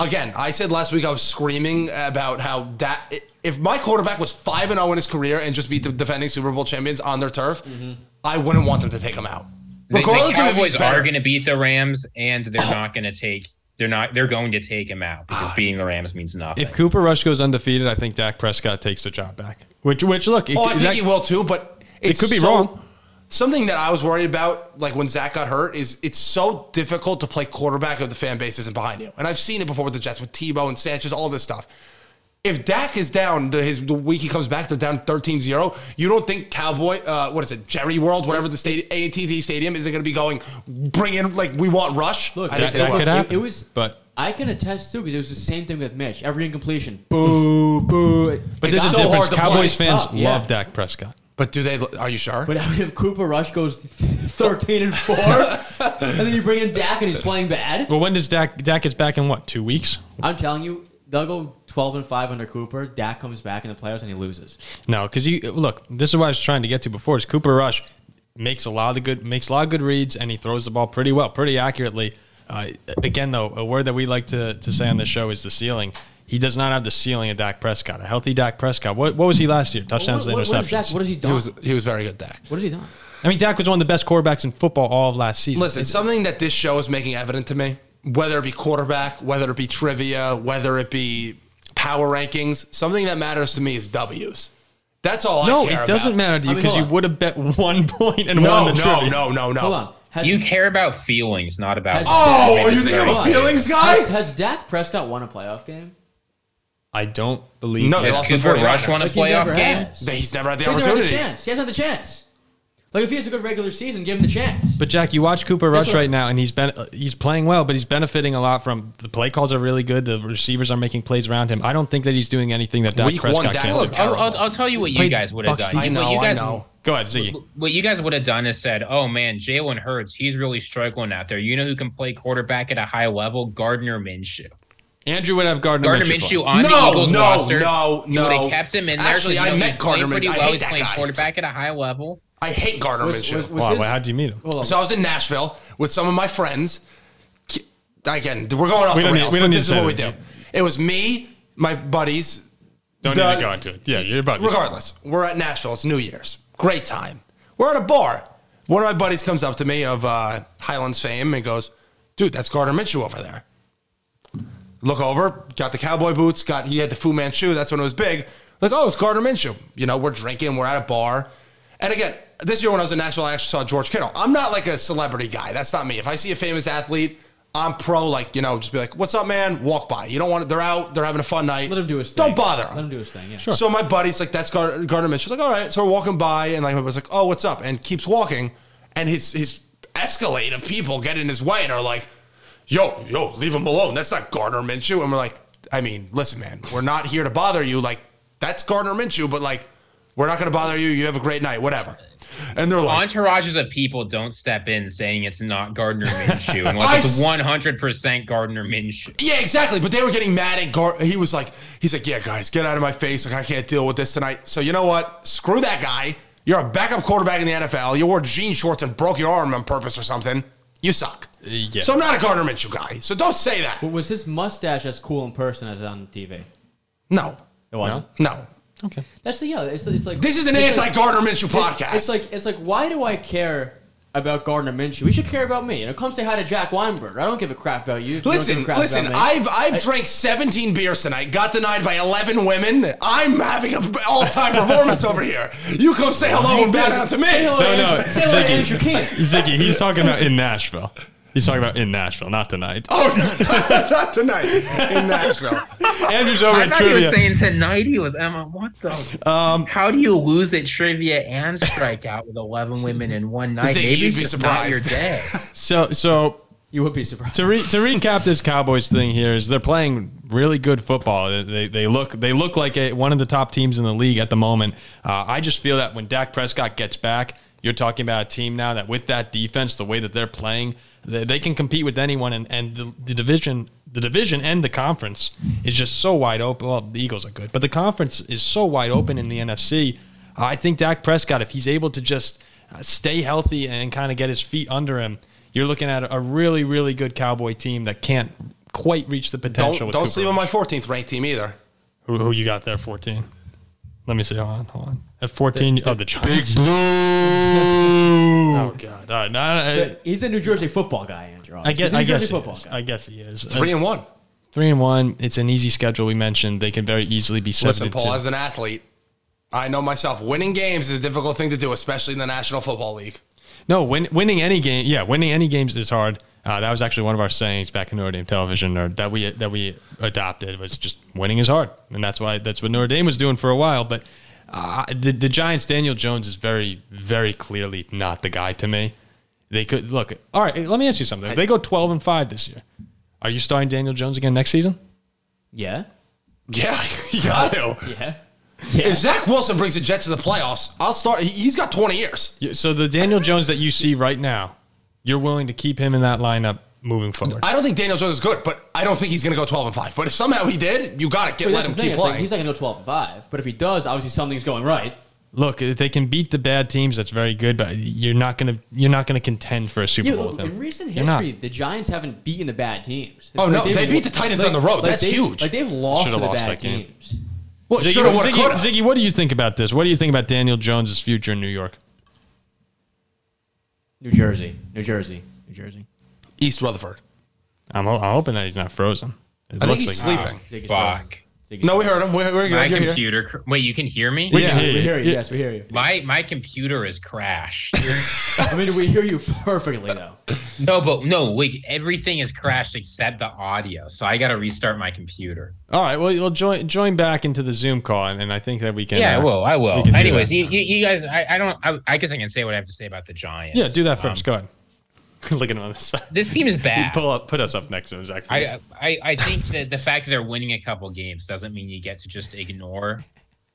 C: again, I said last week I was screaming about how that. If my quarterback was five and zero in his career and just beat the defending Super Bowl champions on their turf,
A: Mm-hmm.
C: I wouldn't want them to take him out.
D: The, the
C: Regardless of if he's
D: Cowboys
C: better.
D: are going to beat the Rams, and they're not going to take. They're not. They're going to take him out because
C: Ah.
D: beating the Rams means nothing.
A: if Cooper Rush goes undefeated, I think Dak Prescott takes the job back. Which which look, it,
C: Oh, I think
A: that-
C: he will too, but it's
A: could be
C: so-
A: wrong.
C: Something that I was worried about, like when Zach got hurt, is it's so difficult to play quarterback if the fan base isn't behind you. And I've seen it before with the Jets, with Tebow and Sanchez, all this stuff. If Dak is down the, his, the week he comes back, they're down 13-0. You don't think Cowboy, uh, what is it, Jerry World, whatever the state, AT&T Stadium, isn't going to be going, bring in, like, we want Rush?
B: Look,
C: I
A: that,
C: think they
A: that
C: will.
A: could
B: It-
A: happen.
B: it was-
A: but
B: I can attest too because it was the same thing with Mitch. Every incompletion, boo, boo.
A: but there's
C: it's
A: a
C: so
A: difference.
C: hard to play.
A: Cowboys
C: It's
A: fans
B: tough, yeah.
A: love Dak Prescott.
C: But do they, are you sure?
B: But if Cooper Rush goes thirteen and four, and then you bring in Dak and he's playing bad,
A: Well, when does Dak Dak gets back in what two weeks?
B: I'm telling you, they'll go twelve and five under Cooper. Dak comes back in the playoffs and he loses.
A: No, because you look. This is what I was trying to get to before. Is Cooper Rush makes a lot of the good makes a lot of good reads, and he throws the ball pretty well, pretty accurately. Uh, again, though, a word that we like to, to say on this show is the ceiling. He does not have the ceiling of Dak Prescott. A healthy Dak Prescott. What what was he last year? Touchdowns and
B: what, what, what, is Dak,
A: interceptions.
B: what has he
C: he,
B: done?
C: was, he was very good, Dak.
B: what has he done?
A: I mean, Dak was one of the best quarterbacks in football all of last season.
C: Listen, something that this show is making evident to me, whether it be quarterback, whether it be trivia, whether it be power rankings, something that matters to me is W's. That's all I
A: no,
C: care
A: it doesn't
C: about.
A: matter to
B: I
A: you
B: mean,
A: because
B: hold
A: you
B: on.
A: would have bet one point and
C: No,
A: won the
C: no,
A: trivia.
C: no, no, no.
B: Hold on. Has,
D: you care about feelings, not about.
B: Has-
C: Oh, are you thinking
B: Hold
C: I'm a
B: on.
C: feelings
B: Has,
C: guy?
B: has Dak Prescott won a playoff game?
A: I don't believe.
C: No,
A: that.
C: they
D: Has
C: lost to the
D: Cooper Rush
C: 49ers.
D: won a
B: Like, he never
D: playoff game?
B: has.
C: That He's never had the
B: He hasn't had the
C: opportunity.
B: chance. He hasn't had the chance. Like if he has a good regular season, give him the chance.
A: But Jack, you watch Cooper
B: That's
A: Rush
B: what-
A: right now, and he's been uh, he's playing well, but he's benefiting a lot from the play calls are really good. The receivers are making plays around him. I don't think that he's doing anything that Dak
C: Week one,
A: Prescott
C: Dak
A: can't
C: looked
A: do.
D: I'll,
C: terrible.
D: I'll, I'll tell you what you
A: Played
D: guys would have
A: Bucks
D: done.
A: defense.
C: I
D: what
C: know,
D: you
C: I
D: guys,
C: know.
A: Go ahead, Ziggy.
D: What you guys would have done is said, "Oh man, Jalen Hurts, he's really struggling out there. You know who can play quarterback at a high level? Gardner Minshew.
A: Andrew would have Gardner,
D: Gardner
A: Minshew.
D: Minshew
A: playing.
D: on the
C: No,
D: Eagles
C: no,
D: roster.
C: no,
D: you would
C: no.
D: have kept him in there.
C: Actually,
D: because,
C: I
D: you know,
C: met
D: he's playing
C: Gardner
D: pretty
C: Minshew. I
D: well.
C: hate
D: He's
C: that
D: playing
C: guy.
D: quarterback at a high level.
C: I hate Gardner
B: Was-
C: Minshew.
B: was- was
A: Wow,
B: his-
A: well, how'd you meet him?
B: Hold on.
C: So I was in Nashville with some of my friends. Ki- Again, we're going off
A: We
C: the
A: don't need-
C: rails.
A: we
C: We
A: don't need
C: this is
A: to say
C: what we do.
A: that.
C: It was me, my buddies.
A: Don't
C: The-
A: even go into it. Yeah, you're about to-
C: Regardless, we're at Nashville. It's New Year's. Great time. We're at a bar. One of my buddies comes up to me of uh, Highlands fame and goes, "Dude, that's Gardner Minshew over there." Look over. Got the cowboy boots. Got he had the Fu Manchu. That's when it was big. Like, oh, it's Gardner Minshew. You know, we're drinking. We're at a bar. And again, this year when I was in Nashville, I actually saw George Kittle. I'm not like a celebrity guy. That's not me. If I see a famous athlete, I'm pro, like, you know, just be like, what's up, man? Walk by. You don't want it. They're out. They're having a fun night.
B: Let him do his thing.
C: Don't bother
B: Let him do his thing. Yeah.
C: So my buddy's like, that's Gardner, Gardner Mitchell. Like, all right. So we're walking by, and like my buddy's like, oh, what's up? And keeps walking, and his his escalade of people get in his way and are like, yo, yo, leave him alone. That's not Gardner Minshew. And we're like, I mean, listen, man, we're not here to bother you. Like, that's Gardner Minshew, but like, we're not going to bother you. You have a great night, whatever. And they're like,
D: Entourages of people don't step in saying it's not Gardner Minshew
C: I
D: unless
C: s-
D: it's 100% Gardner Minshew.
C: Yeah, exactly. But they were getting mad at Gar. He was like, he's like, yeah, guys, get out of my face. Like, I can't deal with this tonight. So you know what? Screw that guy. You're a backup quarterback in the NFL. You wore jean shorts and broke your arm on purpose or something. You suck.
B: Uh,
A: yeah.
C: So I'm not a Gardner Minshew guy. So don't say that.
B: But was his mustache as cool in person as on TV?
C: No,
B: It wasn't.
C: no.
A: Okay.
B: That's the yeah. It's, it's like
C: This is an
B: it's
C: anti
B: like-
C: Gardner Minshew
B: it's-
C: podcast.
B: It's like it's like why do I care about Gardner Minshew? We should care about me. You know, come say hi to Jack Weinberg. I don't give a crap about you. if you don't give a
C: Listen,
B: crap
C: listen.
B: about me.
C: I've I've drank 17 beers tonight. Got denied by 11 women. I'm having an all-time performance over here. You come say hello and bow down to me.
B: Say hello
A: No,
B: to
A: no,
B: Andrew- say hello to
A: Ziggy.
B: Andrew King.
A: Ziggy, he's talking about in Nashville. He's talking about in Nashville, not tonight.
C: Oh, no, not tonight in Nashville.
A: Andrew's over
D: I
A: at
D: thought he was
A: trivia.
D: saying tonight he was Emma. What the? Um, How do you lose at trivia and strike out with 11 women in one night?
C: Zane,
D: Maybe
C: you'd
D: it's
C: be
D: just not your
C: surprised.
D: day.
A: so, so
B: You would be surprised.
A: to re- to recap this Cowboys thing here is they're playing really good football. They they, they look they look like a, one of the top teams in the league at the moment. Uh, I just feel that when Dak Prescott gets back, you're talking about a team now that with that defense, the way that they're playing, they, they can compete with anyone. And, and the, the division the division and the conference is just so wide open. Well, the Eagles are good, but the conference is so wide open in the NFC. I think Dak Prescott, if he's able to just uh, stay healthy and kind of get his feet under him, you're looking at a really, really good Cowboy team that can't quite reach the potential.
C: Don't
A: with
C: don't
A: Cooper.
C: sleep on my 14th ranked team either.
A: Who, who you got there? 14. Let me see. Hold on, hold on. At 14, oh the Giants. oh God! All right, no, no, I-
B: He's a New Jersey football guy, Andrew.
A: I
B: He's
A: guess.
B: a New
A: I
B: Jersey
A: guess. he
B: football
A: is.
B: guy.
A: I guess he is. Uh,
C: Three and one.
A: three and one. It's an easy schedule. We mentioned they can very easily be seven.
C: Listen,
A: and
C: Paul,
A: two.
C: as an athlete, I know myself. Winning games is a difficult thing to do, especially in the National Football League.
A: No, win, winning any game, yeah, winning any games is hard. Uh, that was actually one of our sayings back in Notre Dame television, or that we that we adopted was just winning is hard, and that's why that's what Notre Dame was doing for a while. But uh, the the Giants, Daniel Jones is very very clearly not the guy to me. They could look. All right, let me ask you something. If they go twelve and five this year, are you starting Daniel Jones again next season?
B: Yeah.
C: Yeah, you got to.
B: Yeah.
C: If Zach Wilson brings the Jets to the playoffs, I'll start. he- He's got 20 years.
A: You- So the Daniel Jones that you see right now, you're willing to keep him in that lineup moving forward.
C: I don't think Daniel Jones is good, but I don't think he's going to go 12 and five. But if somehow he did, you got to
B: But
C: get let
B: that's
C: him
B: the thing,
C: keep
B: it's like,
C: playing.
B: He's not gonna go twelve and five. But if he does, obviously something's going right.
A: Look, if they can beat the bad teams, that's very good. But you're not gonna you're not gonna contend for a Super
B: Yeah,
A: Bowl
B: look,
A: with them.
B: in recent
A: You're not.
B: history, the Giants haven't beaten the bad teams.
C: Oh, no,
B: they've
C: they beat the
B: lo-
C: Titans on the road. That's
B: they've-
C: huge.
B: Like they've lost
A: Should've
B: to the
A: lost
B: bad
A: that game.
B: teams.
C: well,
A: Ziggy,
C: shoulda, woulda,
A: Ziggy-
C: coulda.
A: Ziggy, what do you think about this? What do you think about Daniel Jones' future in New York?
B: New Jersey, New Jersey, New Jersey.
C: East Rutherford.
A: I'm, ho- I'm hoping that he's not frozen. It
C: I think
A: looks
C: he's
A: like
C: sleeping.
B: Ziggy's
D: Fuck.
B: Ziggy's
C: No, we heard him. We're, we're good.
D: My
C: You're here.
D: computer. Cr- Wait, you can hear me?
A: We can
C: Yeah,
A: hear
B: We
A: you.
B: hear you.
A: Yeah.
B: Yes, we hear you.
D: My my computer is crashed.
B: I mean, we hear you perfectly though.
D: no, but no, wait. Everything is crashed except the audio. So I got to restart my computer.
A: All right. Well, you'll join join back into the Zoom call, and, and I think that we can.
D: Yeah,
A: uh,
D: I will. I
A: we
D: will.
A: can do
D: Anyways,
A: that.
D: you, you, you guys, I, I don't. I, I guess I can say what I have to say about the Giants.
A: Yeah, do that
D: Um,
A: first. Go ahead. Look at him on this side.
D: this team is
A: You
D: bad.
A: pull up, put us up next to him, Zach.
D: I, I I think that the fact that they're winning a couple games doesn't mean you get to just ignore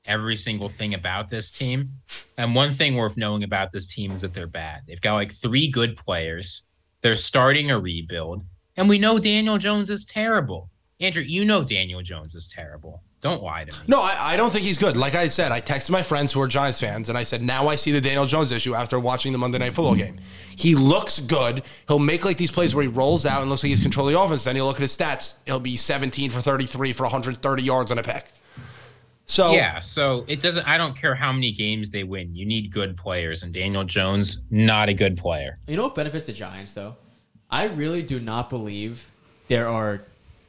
D: every single thing about this team. And one thing worth knowing about this team is that they're bad. They've got like three good players. They're starting a rebuild, and we know Daniel Jones is terrible. Andrew, you know Daniel Jones is terrible. Don't lie to me.
C: No, I, I don't think he's good. Like I said, I texted my friends who are Giants fans, and I said, now I see the Daniel Jones issue after watching the Monday Night Football
A: Mm-hmm.
C: game. He looks good. He'll make like these plays where he rolls out and looks like he's controlling the offense. Then you look at his stats. He'll be 17 for 33 for 130 yards on a pick. So
D: Yeah, so it doesn't. I don't care how many games they win. You need good players, and Daniel Jones not a good player.
B: You know what benefits the Giants though? I really do not believe there are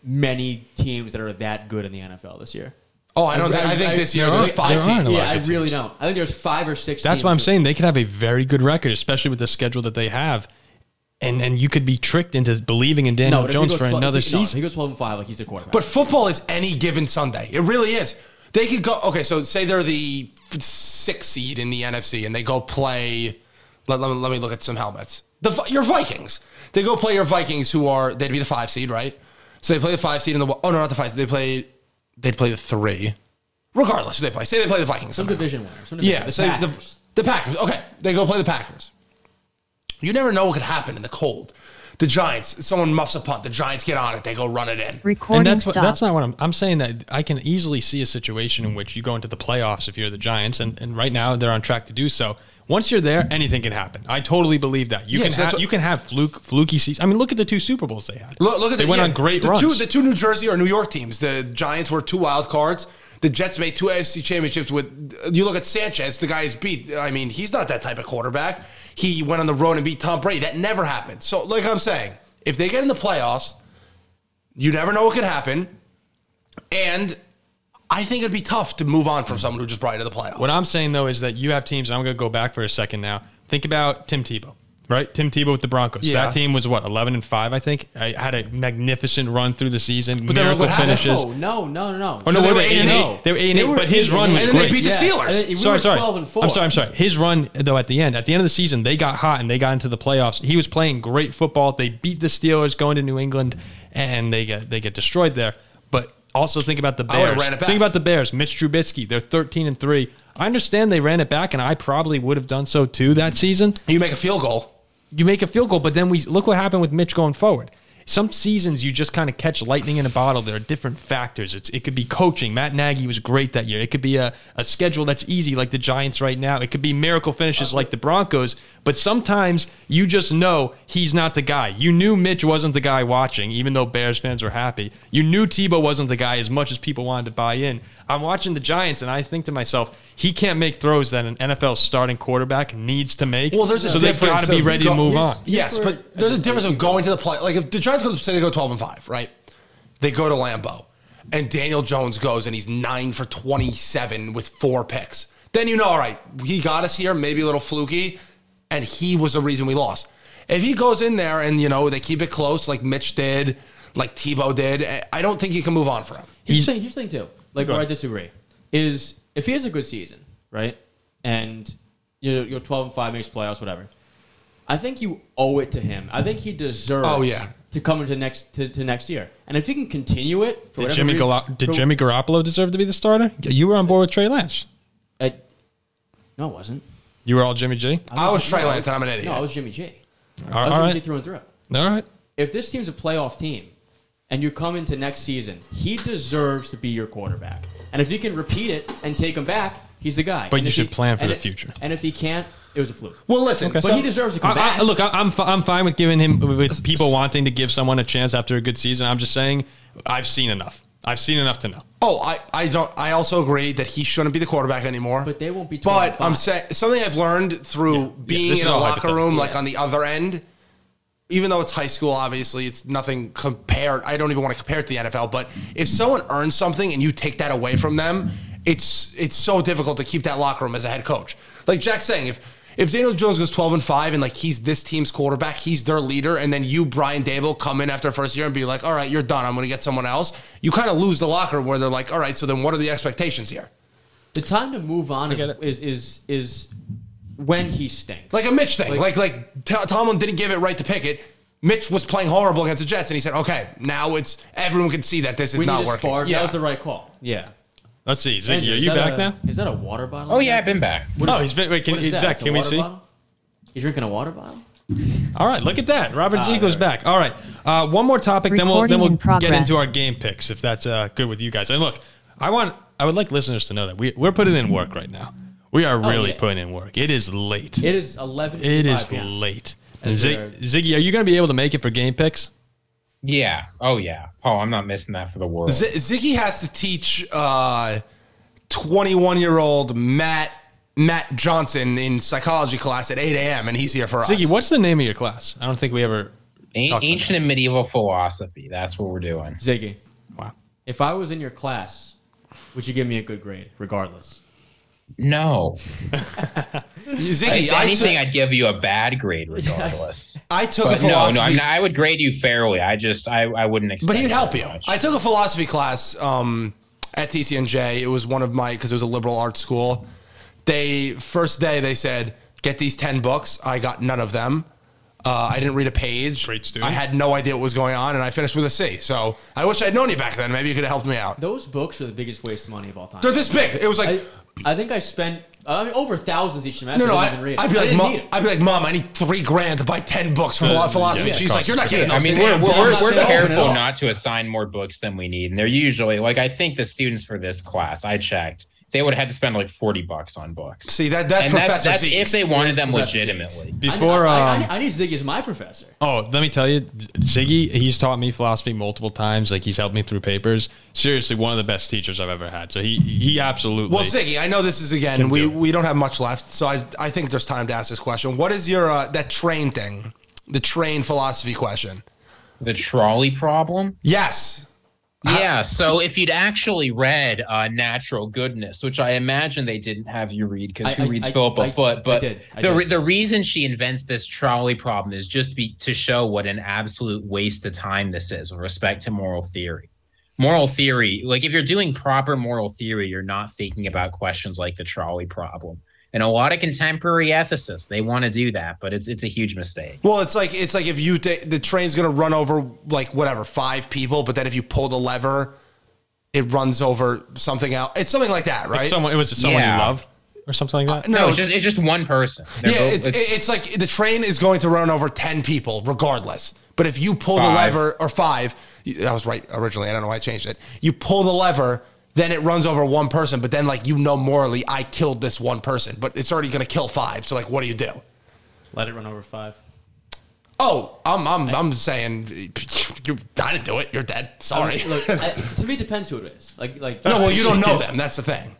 B: many teams that are that good in the NFL this year.
C: oh, I don't. thi- I, think this year there's
B: really-
C: five
A: there aren't
C: teams.
A: a lot.
B: Yeah,
A: of
B: I
A: good
B: really don't. I think there's five or six.
A: That's
B: teams
A: why I'm
B: who-
A: saying they could have a very good record, especially with the schedule that they have. and and you could be tricked into believing in Daniel
B: but if he
A: Jones
B: goes
A: for
B: 12
A: another
B: if he, no, if
A: season.
B: he goes 12 and 5, like he's a quarterback.
C: But football is any given Sunday. It really is. They could go. Okay, so say they're the f- sixth seed in the NFC, and they go play. Let, let, me- let me look at some helmets. The Vi- your Vikings. They go play your Vikings, who are they'd be the five seed, right? So they play the five seed in the. Oh no, not the five. seed. They play. They'd play the three. Regardless, who they play. Say they play the Vikings.
B: some
C: somehow.
B: division winners. Some
C: Yeah,
B: division, the
C: so the
B: Packers.
C: the Packers. Okay, they go play the Packers. You never know what could happen in the cold. The Giants. Someone muffs a punt. The Giants get on it. They go run it in.
H: Recording
A: and that's
H: stopped.
A: what, that's not what I'm I'm saying that I can easily see a situation in which you go into the playoffs if you're the Giants and, and right now they're on track to do so. Once you're there, anything can happen. I totally believe that. You can
C: Yes, that's
A: have
C: what-
A: you can have fluke fluky seasons. I mean, look at the two Super Bowls they had.
C: Look, look at
A: they
C: the,
A: went
C: yeah,
A: on great
C: the
A: runs.
C: Two, the two New Jersey or New York teams. The Giants were two wild cards. The Jets made two AFC championships with. You look at Sanchez, the guy is beat. I mean, he's not that type of quarterback. He went on the road and beat Tom Brady. That never happened. So, like I'm saying, if they get in the playoffs, you never know what could happen. And I think it'd be tough to move on from someone who just brought you to the playoffs.
A: What I'm saying though is that you have teams, and I'm going to go back for a second now. Think about Tim Tebow, right? Tim Tebow with the Broncos.
C: Yeah.
A: That team was what 11 and five, I think. I had a magnificent run through the season,
C: then look
A: miracle
C: what happened.
A: finishes.
B: No, no, no, no.
A: Oh no,
C: they
A: were
C: were
A: they eight and
C: eight.
A: eight? They were eight and
B: They
A: eight,
B: were
A: but his
B: eight and
A: run
B: eight.
A: was
C: and then
A: great.
C: they beat the
B: Yeah.
C: Steelers.
B: And we
A: sorry,
B: were
A: sorry.
B: 12 and 4.
A: I'm sorry, I'm sorry. His run though at the end, at the end of the season, they got hot and they got into the playoffs. He was playing great football. They beat the Steelers going to New England and they get they get destroyed there. But also think about the
C: I would've
A: Bears.
C: ran it back.
A: Think about the Bears. Mitch Trubisky, they're 13 and 3. I understand they ran it back and I probably would have done so too that season.
C: you make a field goal.
A: You make a field goal, but then we look what happened with Mitch going forward. Some seasons you just kind of catch lightning in a bottle. There are different factors. It's it could be coaching. Matt Nagy was great that year. It could be a, a schedule that's easy like the Giants right now. It could be miracle finishes like the Broncos. But sometimes you just know he's not the guy. You knew Mitch wasn't the guy watching, even though Bears fans were happy. You knew Tebow wasn't the guy as much as people wanted to buy in. I'm watching the Giants and I think to myself, he can't make throws that an NFL starting quarterback needs to make.
C: Well, there's a
A: so they've
C: difference
A: got to be
C: of
A: ready to
C: go-
A: move on.
C: Yes, but there's a difference of going to the play. Like if the Giants go say they go 12 and five, right? They go to Lambeau, and Daniel Jones goes and he's nine for 27 with four picks. Then you know, all right, he got us here, maybe a little fluky, and he was the reason we lost. If he goes in there and you know they keep it close, like Mitch did, like Tebow did, I- I don't think you can move on from him.
B: Here's
A: He's-
B: the thing, here's the thing too. Like
A: Go
B: where I
A: ahead.
B: disagree is if he has a good season, right, and you're, you're 12 and five, makes playoffs, whatever. I think you owe it to him. I think he deserves.
C: Oh, yeah.
B: To come into next to, to next year, and if he can continue it for
A: Did
B: whatever
A: Jimmy,
B: reason,
A: Gala- did
B: for-
A: Jimmy Garoppolo deserve to be the starter? You were on board with Trey Lance.
B: I- no, it wasn't.
A: You were all Jimmy G.
C: I was Trey Lance, and I'm an idiot.
B: No, I was Jimmy G. I
A: All
B: was
A: all
B: Jimmy G
A: right,
B: through and through.
A: all right.
B: if this team's a playoff team and you come into next season, he deserves to be your quarterback. And if you can repeat it and take him back, he's the guy.
A: But
B: And
A: you
B: if
A: should plan for
B: and
A: the
B: if-
A: future.
B: And if he can't, it was a fluke.
C: well, listen,
A: Okay.
B: but he deserves to come
A: I,
B: back.
A: I, look, I, I'm fi- I'm fine with giving him with people wanting to give someone a chance after a good season. I'm just saying, I've seen enough. I've seen enough to know.
C: Oh, I, I don't. I also agree that he shouldn't be the quarterback anymore.
B: But they won't be 12 and
C: But
B: five.
C: I'm saying something I've learned through being
A: this
C: in
A: is
C: a
A: all
C: locker
A: hypothetical.
C: room, like on the other end. Even though it's high school, obviously it's nothing compared. I don't even want to compare it to the NFL. But if someone earns something and you take that away from them, it's it's so difficult to keep that locker room as a head coach. Like Jack's saying, if if Daniel Jones goes 12 and five and like he's this team's quarterback, he's their leader, and then you Brian Dable come in after first year and be like, all right, you're done. I'm going to get someone else. You kind of lose the locker room where they're like, all right, so then what are the expectations here?
B: the time to move on
A: get
B: is,
A: it.
B: is, is, is when he stinks.
C: like a Mitch thing. Like
B: Like-
C: like, T- Tomlin didn't give it right to Pickett. Mitch was playing horrible against the Jets, and he said, "Okay, now it's everyone can see that this is
B: we
C: not
B: need a
C: working."
B: spark.
C: Yeah.
B: That was the right call. Yeah.
A: Let's see, Ziggy,
B: Andrew,
A: are
B: is
A: you
B: that
A: back
B: a-
A: now?
B: Is that a water bottle?
D: Oh yeah, I've been back.
A: No, he's been. Wait, can,
B: What is that?
A: Zach,
B: It's a
A: can we
B: water
A: see?
B: bottle? You drinking a water bottle?
A: All right, look at that. Robert Ziegler's
B: Ah, there
A: back. All right, uh, one more topic, then we'll then
H: Recording
A: we'll
H: in
A: get
H: progress.
A: into our game picks if that's uh, good with you guys. And look, I want I would like listeners to know that we we're putting in work right now. We are really
B: Oh, yeah.
A: putting in work. It is late.
B: It is 11.
A: It is
B: PM.
A: late.
B: And
A: Zig-
B: they're-
A: Ziggy, are you going to be able to make it for game picks?
D: Yeah. Oh yeah. Paul, I'm not missing that for the world.
C: Z- Ziggy has to teach uh, twenty-one-year-old Matt Matt Johnson in psychology class at eight a.m. and he's here for us.
A: Ziggy, what's the name of your class? I don't think we ever.
D: An-
A: Talk to
D: ancient and medieval philosophy. That's what we're doing.
B: Ziggy,
A: Wow.
B: if I was in your class, would you give me a good grade regardless?
D: No.
C: Ziggy,
D: If
C: I
D: anything,
C: took,
D: I'd give you a bad grade regardless.
C: I took a
D: But no,
C: philosophy.
D: no, I'm not, I would grade you fairly. I just, I, I wouldn't expect.
C: but he'd help
D: that
C: you.
D: much.
C: I took a philosophy class um, at TCNJ. It was one of my because it was a liberal arts school. They first day they said get these ten books. I got none of them. Uh, I didn't read a page.
A: Great student.
C: I had no idea what was going on, and I finished with a C. So I wish I'd known you back then. Maybe you could have helped me out.
B: Those books are the biggest waste of money of all time.
C: They're this big. It was like
B: I, I think I spent uh, over thousands each semester.
C: no, no. I,
B: I, didn't even read.
C: I'd be
B: I
C: like,
B: didn't
C: mom,
B: need it.
C: I'd be like, mom, I need three grand to buy ten books for
A: Yeah,
C: philosophy.
A: yeah,
C: She's
A: cost
C: like, you're not getting.
D: I
C: those
D: mean, we're,
C: damn
D: we're, we're,
C: books."
D: we're
B: Don't open it
D: careful
B: up.
D: not to assign more books than we need. And they're usually like, I think the students for this class, I checked, they would have had to spend like 40 bucks on books.
C: See that that's
D: and that's,
C: Professor
D: that's
C: Zeke's.
D: if they wanted them
B: Professor Zeke's.
D: legitimately.
A: Before
B: I, I,
A: um,
B: I, I need Ziggy as my professor.
A: Oh, let me tell you, Ziggy, he's taught me philosophy multiple times. Like he's helped me through papers. Seriously, one of the best teachers I've ever had. So he he absolutely
C: Well, Ziggy, I know this is again.
A: Can
C: We
A: do it.
C: we don't have much left, so I I think there's time to ask this question. What is your uh, that train thing? The train philosophy question.
D: The trolley problem?
C: Yes.
D: Yeah, so if you'd actually read uh, Natural Goodness, which I imagine they didn't have you read because
B: I-
D: who
B: I-
D: reads
B: I-
D: Philippa
B: I- I
D: Foot, but
B: did, I
D: the,
B: did.
D: re- the reason she invents this trolley problem is just be, to show what an absolute waste of time this is with respect to moral theory. Moral theory, like if you're doing proper moral theory, you're not thinking about questions like the trolley problem. And a lot of contemporary ethicists, they want to do that, but it's it's a huge mistake.
C: Well, it's like it's like if you ta- the train's gonna run over like whatever five people, but then if you pull the lever, it runs over something else. It's something like that, right? Uh,
A: It's someone. It was someone you
D: Yeah.
A: love or something like that.
D: No,
B: Oh,
D: it's just it's just one person. They're
C: yeah,
D: both-
C: it's, it's like the train is going to run over 10 people regardless. But if you pull the
D: Five.
C: lever, or five, you- I was right originally. I don't know why I changed it. You pull the lever, then it runs over one person. But then, like, you know morally, I killed this one person, but it's already going to kill five. So, like, what do you do?
B: Let it run over five.
C: Oh, I'm, I'm, I'm saying, you, I didn't do it. You're dead. Sorry.
B: Look, I, to me, it depends who it is. Like, like.
C: no, well, you don't know them. That's the thing.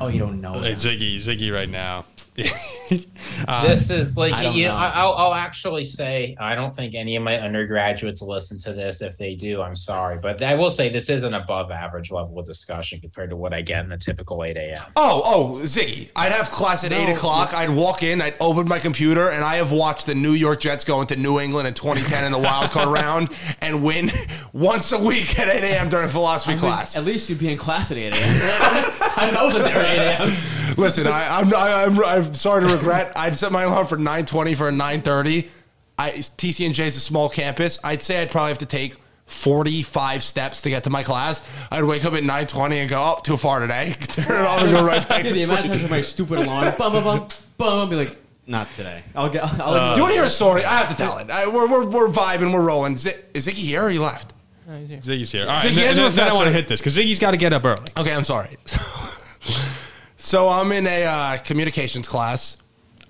B: Oh, you don't know.
A: Hey,
B: Them.
A: Ziggy, Ziggy, right now.
D: this is like
B: I
D: you
B: don't
D: you
B: know.
D: know, I- I'll, I'll actually say i don't think any of my undergraduates listen to this if they do i'm sorry but i will say this is an above average level of discussion compared to what i get in a typical 8 a.m
C: Oh, oh, Ziggy. I'd have class at eight o'clock. I'd walk in, I'd open my computer, and I have watched the New York Jets go into New England in 2010 in the wild card round and win once a week at 8 a.m. during philosophy
B: I mean,
C: class.
B: At least you'd be in class at 8 a.m. I wasn't there at 8 a.m.
C: Listen, I, I'm, I, I'm I'm sorry to regret. I'd set my alarm for 9:20 for 9:30. I TCNJ is a small campus. I'd say I'd probably have to take 45 steps to get to my class. I'd wake up at 9:20 and go, "Oh, too far today." Turn it off and go right back
B: Yeah,
C: to
B: the amount of
C: sleep.
B: times my stupid alarm, bum bum bum bum, I'll be like, not today. I'll get. I'll, I'll
C: Do you want to hear a story? I have to tell it. I, we're, we're, we're vibing, we're rolling. Z- is Ziggy here or he left?
G: No, Oh, he's here.
A: Ziggy's here. All right,
C: Ziggy
A: and
C: is
A: then,
C: a
A: and then I want
C: professor.
A: to hit this because Ziggy's got to get up early.
C: Okay, I'm sorry. so I'm in a uh, communications class.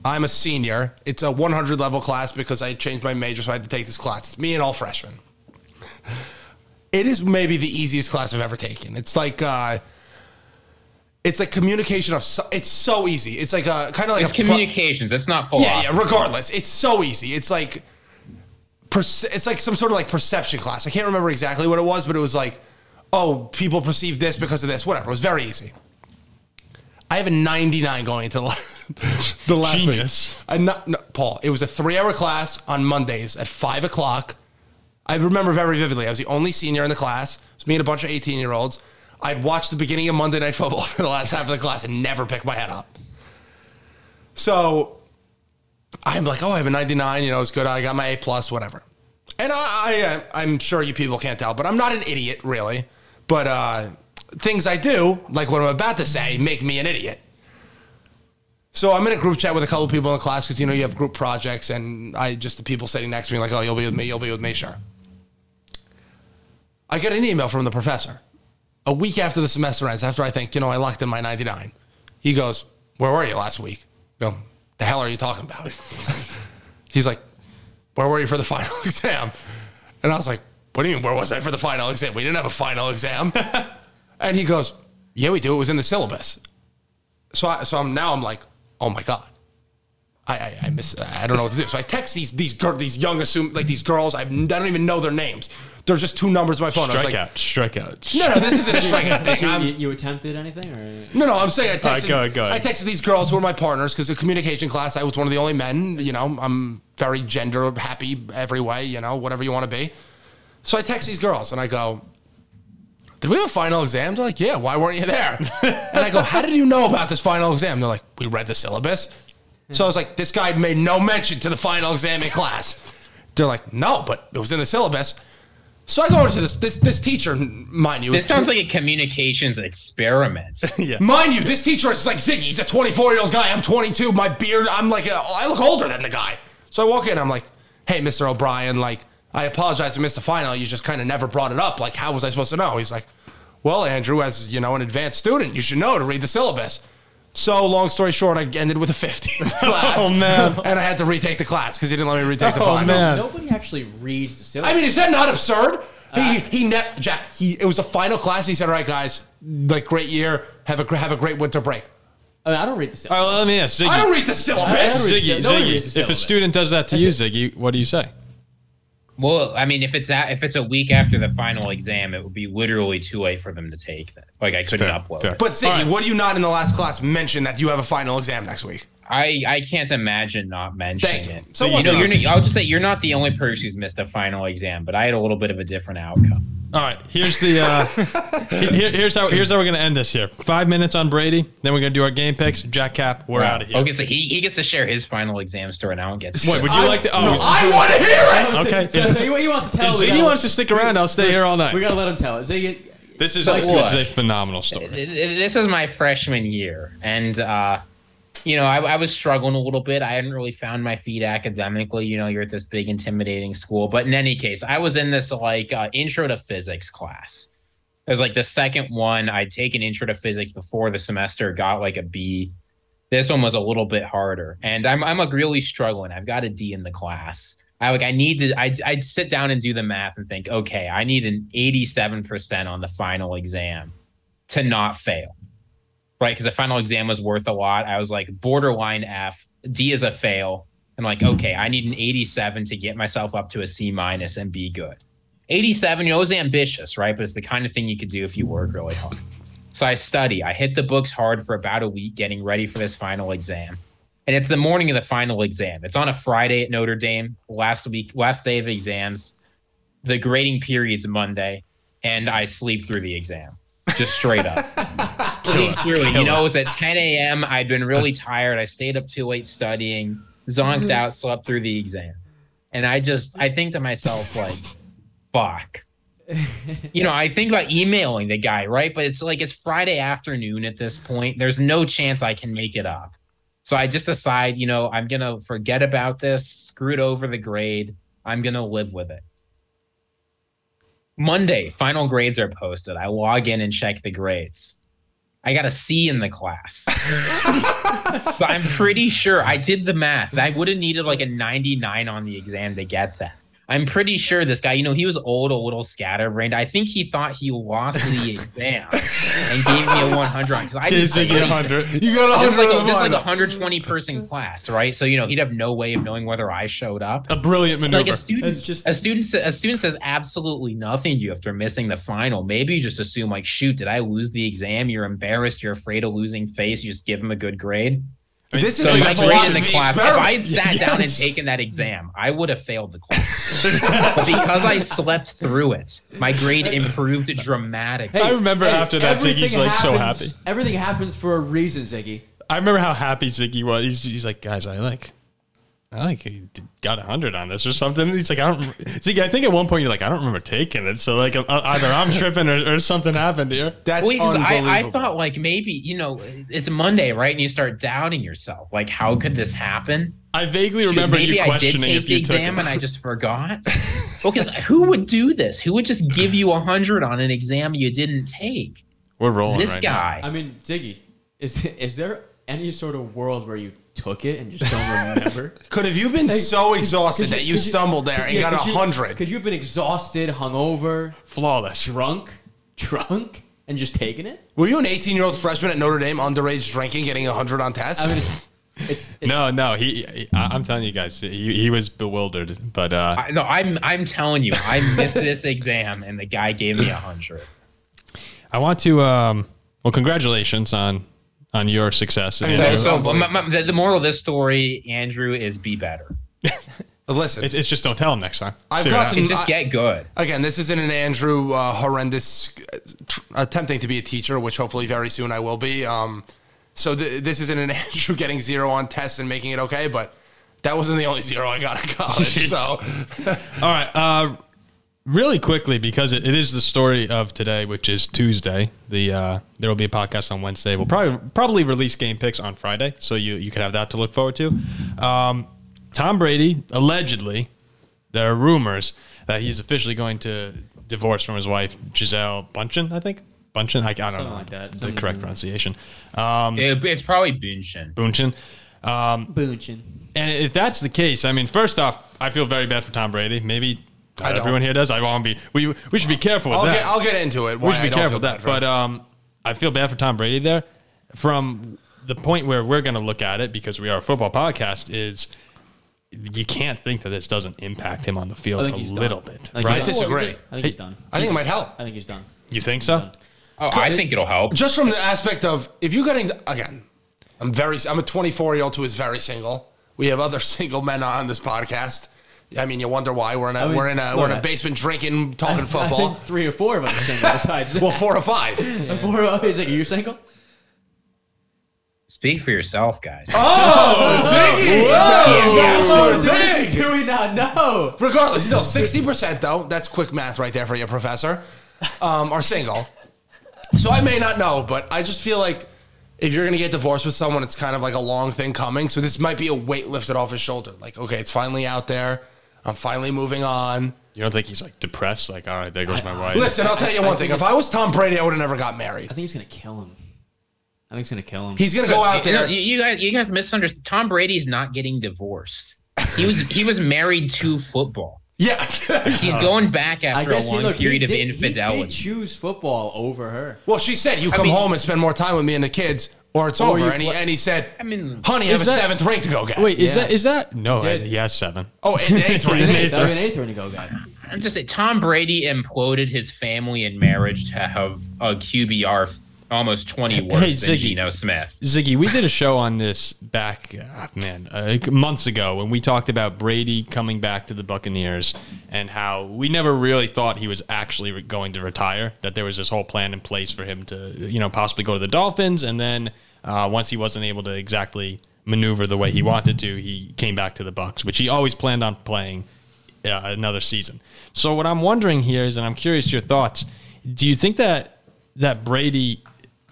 C: I'm a senior. It's a 100 level class because I changed my major, so I had to take this class. It's me and all freshmen. It is maybe the easiest class I've ever taken. It's like uh, it's like communication of. So, it's so easy. It's like a kind of like
D: it's
C: a pro-
D: communications it's not
C: Yeah,
D: philosophy
C: yeah. Regardless, it's so easy. It's like, perce- it's like some sort of like perception class. I can't remember exactly what it was, but it was like, oh, people perceive this because of this. Whatever. It was very easy. I have a 99 going into the la- the last
A: Genius.
C: week. I not, Uh, no, Paul, it was a three-hour class on Mondays at five o'clock. I remember very vividly. I was the only senior in the class. It was me and a bunch of 18-year-olds. I'd watched the beginning of Monday Night Football for the last half of the class and never picked my head up. So I'm like, oh, I have a 99. You know, it's good. I got my A plus, whatever. And I, I, I'm sure you people can't tell, but I'm not an idiot really. But uh, things I do, like what I'm about to say, make me an idiot. So I'm in a group chat with a couple people in the class because you know you have group projects, and I just the people sitting next to me like, oh, you'll be with me, you'll be with me, sure. I get an email from the professor a week after the semester ends, after I think, you know, I locked in my 99. He goes, Where were you last week? I go, the hell are you talking about? He's like, Where were you for the final exam? And I was like, What do you mean, where was I for the final exam? We didn't have a final exam. and he goes, Yeah, we do. It was in the syllabus. So, I, so I'm now I'm like, Oh my God. I, I, I miss. I don't know what to do. So I text these these girl, these young assume like these girls. I, I don't even know their names. They're just two numbers on my phone. I was like,
A: Strikeout, strikeout.
C: no, no, this isn't a strikeout thing.
B: You,
C: I'm-
B: you, you attempted anything, or
C: no, no, I'm saying I texted.
A: right, go ahead, go
C: I
A: ahead.
C: texted these girls who were my partners because the communication class. I was one of the only men. You know, I'm very gender happy every way. You know, whatever you want to be. So I text these girls and I go, "Did we have a final exam?" They're like, "Yeah." Why weren't you there? and I go, "How did you know about this final exam?" They're like, "We read the syllabus." So I was like, "This guy made no mention to the final exam in class." They're like, "No, but it was in the syllabus." So I go into this this this teacher, mind you.
D: This
C: is-
D: sounds like a communications experiment.
C: Mind you, this teacher is like Ziggy. He's a 24 year old guy. I'm 22. My beard, I'm like, a, I look older than the guy. So I walk in. I'm like, hey, Mr. O'Brien, like, I apologize I missed the final. You just kind of never brought it up. Like, how was I supposed to know? He's like, well, Andrew, as you know, an advanced student, you should know to read the syllabus. So long story short, I ended with a 50 in class.
A: Oh, man.
C: And I had to retake the class because he didn't let me retake the
A: Oh,
C: final.
A: man.
B: nobody actually reads the syllabus.
C: I mean, is that not absurd?
A: Uh,
C: He, he net Jack. He it was a final class. He said, "All right, guys, like great year. Have a gr- have a great winter break."
B: I, mean, I don't read the
A: All
B: syllabus.
A: right, well, let me ask Ziggy.
C: I don't read the syllabus.
B: don't read
A: Ziggy,
B: the- nobody reads the
A: Ziggy, if a
B: syllabus.
A: student does that to you, Ziggy, what do you say?
D: Well, I mean, if it's a, if it's a week after the final exam, it would be literally too late for them to take that. Like I couldn't
A: fair,
D: upload.
A: fair.
D: it.
C: But Ziggy,
A: All right.
C: what do you not in the last class mention that you have a final exam next week?
D: I I can't imagine not mentioning
C: Thank you.
D: it.
C: So
D: So you
C: what's
D: know,
C: up?
D: you're not- I'll just say you're not the only person who's missed a final exam, but I had a little bit of a different outcome.
A: All right, here's the uh, here, here's how here's how we're gonna end this here. Five minutes on Brady, then we're gonna do our game picks. Jack Cap, we're out of here.
D: Okay, so he, he gets to share his final exam story, and I don't get to.
A: Wait, would you
C: I-
A: like to? Oh,
C: no, I want to hear it.
A: okay.
B: So, so he, he wants to tell.
A: If
B: we
A: Ziggy
B: gotta-
A: wants to stick around, I'll stay here all
B: We
A: night.
B: gotta let him tell it. Ziggy,
A: This is,
D: So
A: a, this
D: what?
A: is a phenomenal story.
D: this was my freshman year, and uh, you know, I, I was struggling a little bit. I hadn't really found my feet academically. You know, you're at this big, intimidating school. But in any case, I was in this like uh, intro to physics class. It was like the second one I'd taken intro to physics before the semester, got like a B. This one was a little bit harder, and I'm I'm like really struggling. I've got a D in the class. I like I need to. I I'd sit down and do the math and think, okay, I need an 87 percent on the final exam to not fail, right? Because the final exam was worth a lot. I was like borderline F, D is a fail. I'm like, okay, I need an 87 to get myself up to a C minus and be good. 87, you know, is ambitious, right? But it's the kind of thing you could do if you work really hard. So I study. I hit the books hard for about a week, getting ready for this final exam. And it's the morning of the final exam. It's on a Friday at Notre Dame, last week, last day of exams. The grading period's Monday, and I sleep through the exam, just straight up. sleep through it. You know, it was at 10 a.m. I'd been really tired. I stayed up too late studying, zonked out, slept through the exam. And I just, I think to myself, like, fuck you know, I think about emailing the guy, right? But it's like it's Friday afternoon at this point. There's no chance I can make it up. So I just decide, you know, I'm going to forget about this, screwed over the grade. I'm going to live with it. Monday, final grades are posted. I log in and check the grades. I got a C in the class. but I'm pretty sure I did the math. I would have needed like a 99 on the exam to get that. I'm pretty sure this guy, you know, he was old, a little scatterbrained. I think he thought he lost the exam and gave me a 100 because I
A: Give
D: didn't
A: Ziggy a hundred.
C: You got
D: this is like a,
C: on the
D: this is like a
C: final.
D: 120 person class, right? So you know he'd have no way of knowing whether I showed up.
A: A brilliant
D: Like
A: maneuver.
D: a student,
B: That's just-
D: a student, sa- a student says absolutely nothing to you after missing the final. Maybe you just assume like, shoot, did I lose the exam? You're embarrassed. You're afraid of losing face. You just give him a good grade.
C: this is
D: So
C: like
D: my
C: a
D: grade in
C: philosophy
D: the class. If
C: experiment.
D: I had sat down and taken that exam, I would have failed the class. but because I slept through it, my grade improved dramatically.
A: I remember after that,
B: everything
A: Ziggy's like so
B: happens-
A: happy.
B: Everything happens for a reason, Ziggy.
A: I remember how happy Ziggy was. He's, he's like, guys, I like, I like he d- got a hundred on this or something. He's like, I don't, Ziggy. I think at one point you're like, I don't remember taking it. So like, uh, either I'm tripping or, or something happened here.
C: That's
D: Well, because
C: unbelievable.
D: I, I thought like maybe you know it's Monday, right? And you start doubting yourself, like how could this happen?
A: I vaguely
D: Dude,
A: remember
D: maybe
A: you
D: I did
A: questioning
D: take
A: if you
D: the
A: took it.
D: exam and I just forgot. Because who would do this? Who would just give you a hundred on an exam you didn't take?
A: We're rolling.
D: This
A: right now.
D: guy.
B: I mean, Ziggy, is is there any sort of world where you took it and just don't remember?
C: could have you been so exhausted
B: could
C: that you
B: could
C: stumbled there and
B: yeah,
C: got a
B: could you-
C: hundred?
B: Could you have been exhausted, hungover,
A: flawless.
B: drunk, drunk, and just taking it?
C: Were you an eighteen-year-old freshman at Notre Dame underage drinking, getting a hundred on tests?
B: I mean, It's, it's
A: No, no. He, he- I, I'm telling you guys, he, he was bewildered. But uh,
D: I, no, I'm I'm telling you, I missed this exam, and the guy gave me a hundred.
A: I want to. Um, well, congratulations on on your success. uh,
C: Thanks.
A: Andrew.
D: So my, my, the, the moral of this story, Andrew, is be better.
C: Listen,
A: It's, it's just don't tell him next time.
C: I've
A: See what
C: got
A: happens.
D: And just
C: Mm, I-
D: get good.
C: again, this isn't an Andrew uh, horrendous uh, tr- attempting to be a teacher, which hopefully very soon I will be. Um, so th- this isn't an Andrew getting zero on tests and making it okay, but that wasn't the only zero I got in college. so
A: All right. Uh, really quickly, because it, it is the story of today, which is Tuesday. The uh, there will be a podcast on Wednesday. We'll probably probably release game picks on Friday, so you you could have that to look forward to. Um, Tom Brady allegedly, there are rumors that he's officially going to divorce from his wife Giselle Bundchen. I think Bundchen. I, I don't know
B: like that.
A: the
B: Something-
A: correct pronunciation. Um,
D: It- it's probably Bunshin.
A: Bunchen. Um,
B: boonching.
A: And if that's the case, I mean, first off, I feel very bad for Tom Brady. Maybe not
C: I don't.
A: everyone here does. I won't be. We we should be careful with
C: I'll
A: that.
C: get, I'll get into it.
A: we
C: why
A: should
C: I
A: be
C: don't
A: careful with
C: feel
A: that.
C: bad for him.
A: But um, I feel bad for Tom Brady there. From the point where we're going to look at it, because we are a football podcast, is you can't think that this doesn't impact him on the field
B: I
A: a
B: think he's done.
A: little bit,
B: I think
A: right?
C: I
B: he's done.
C: disagree.
B: I think he's done.
A: uh,
C: I think it might help.
B: I think he's done.
A: You think so?
D: Oh, I think it'll help.
C: just from the aspect of if you're getting again, I'm very I'm a 24 year old who is very single. We have other single men on this podcast. I mean, you wonder why we're in a
B: mean,
C: we're in a we're in a
B: look, I-
C: basement drinking, talking
B: I
C: football.
B: think three or four of us are single besides.
C: well, four or five.
B: four of us. Like, are you single?
D: Speak for yourself, guys.
A: Oh,
C: Whoa, Zig.
B: Zig, do we not know?
C: Regardless, still 60% though. That's quick math right there for you, professor. Um, are single. So I may not know, but I just feel like if you're gonna get divorced with someone, it's kind of like a long thing coming. So this might be a weight lifted off his shoulder. Like, okay, it's finally out there. I'm finally moving on.
A: You don't think he's like depressed? Like, all right, there goes my wife.
C: Listen, I'll tell you one thing. If I was Tom Brady, I would have never got
B: I
C: married.
B: think he's gonna kill him. I think he's gonna kill him.
C: He's gonna go out
D: You know,
C: there.
D: you, you guys, you guys misunderstand. Tom Brady's not getting divorced. He was he was married to football.
C: Yeah.
D: He's going back
B: Oh. I
D: after a
B: guess he,
D: long
B: look,
D: period
B: he
D: of
B: did, He did
D: infidelity.
B: choose football over her.
C: well, she said, "You come
D: mean-
C: home and spend more time with me and the kids, or it's
B: Or
C: over."
B: you
C: And he,
B: play-
C: and he said,
D: I mean,
C: "Honey, I have
A: Is
C: a
A: that-
C: seventh ring to go get."
A: Wait, is
B: Yeah.
A: that is that no?
B: Dude.
A: he has seven.
C: Oh, and the eighth
A: An
C: ring.
A: eighth
B: Eighth, I
A: ring.
B: mean, eighth when he go guy.
D: I'm just saying, Tom Brady imploded his family and marriage to have a QBR f- almost 20 worse than
A: Ziggy.
D: Geno Smith.
A: Ziggy, we did a show on this back, ah, man, uh, months ago when we talked about Brady coming back to the Buccaneers and how we never really thought he was actually re- going to retire, that there was this whole plan in place for him to, you know, possibly go to the Dolphins. And then uh, once he wasn't able to exactly maneuver the way he wanted to, he came back to the Bucks, which he always planned on playing uh, another season. So what I'm wondering here is, and I'm curious your thoughts, do you think that that Brady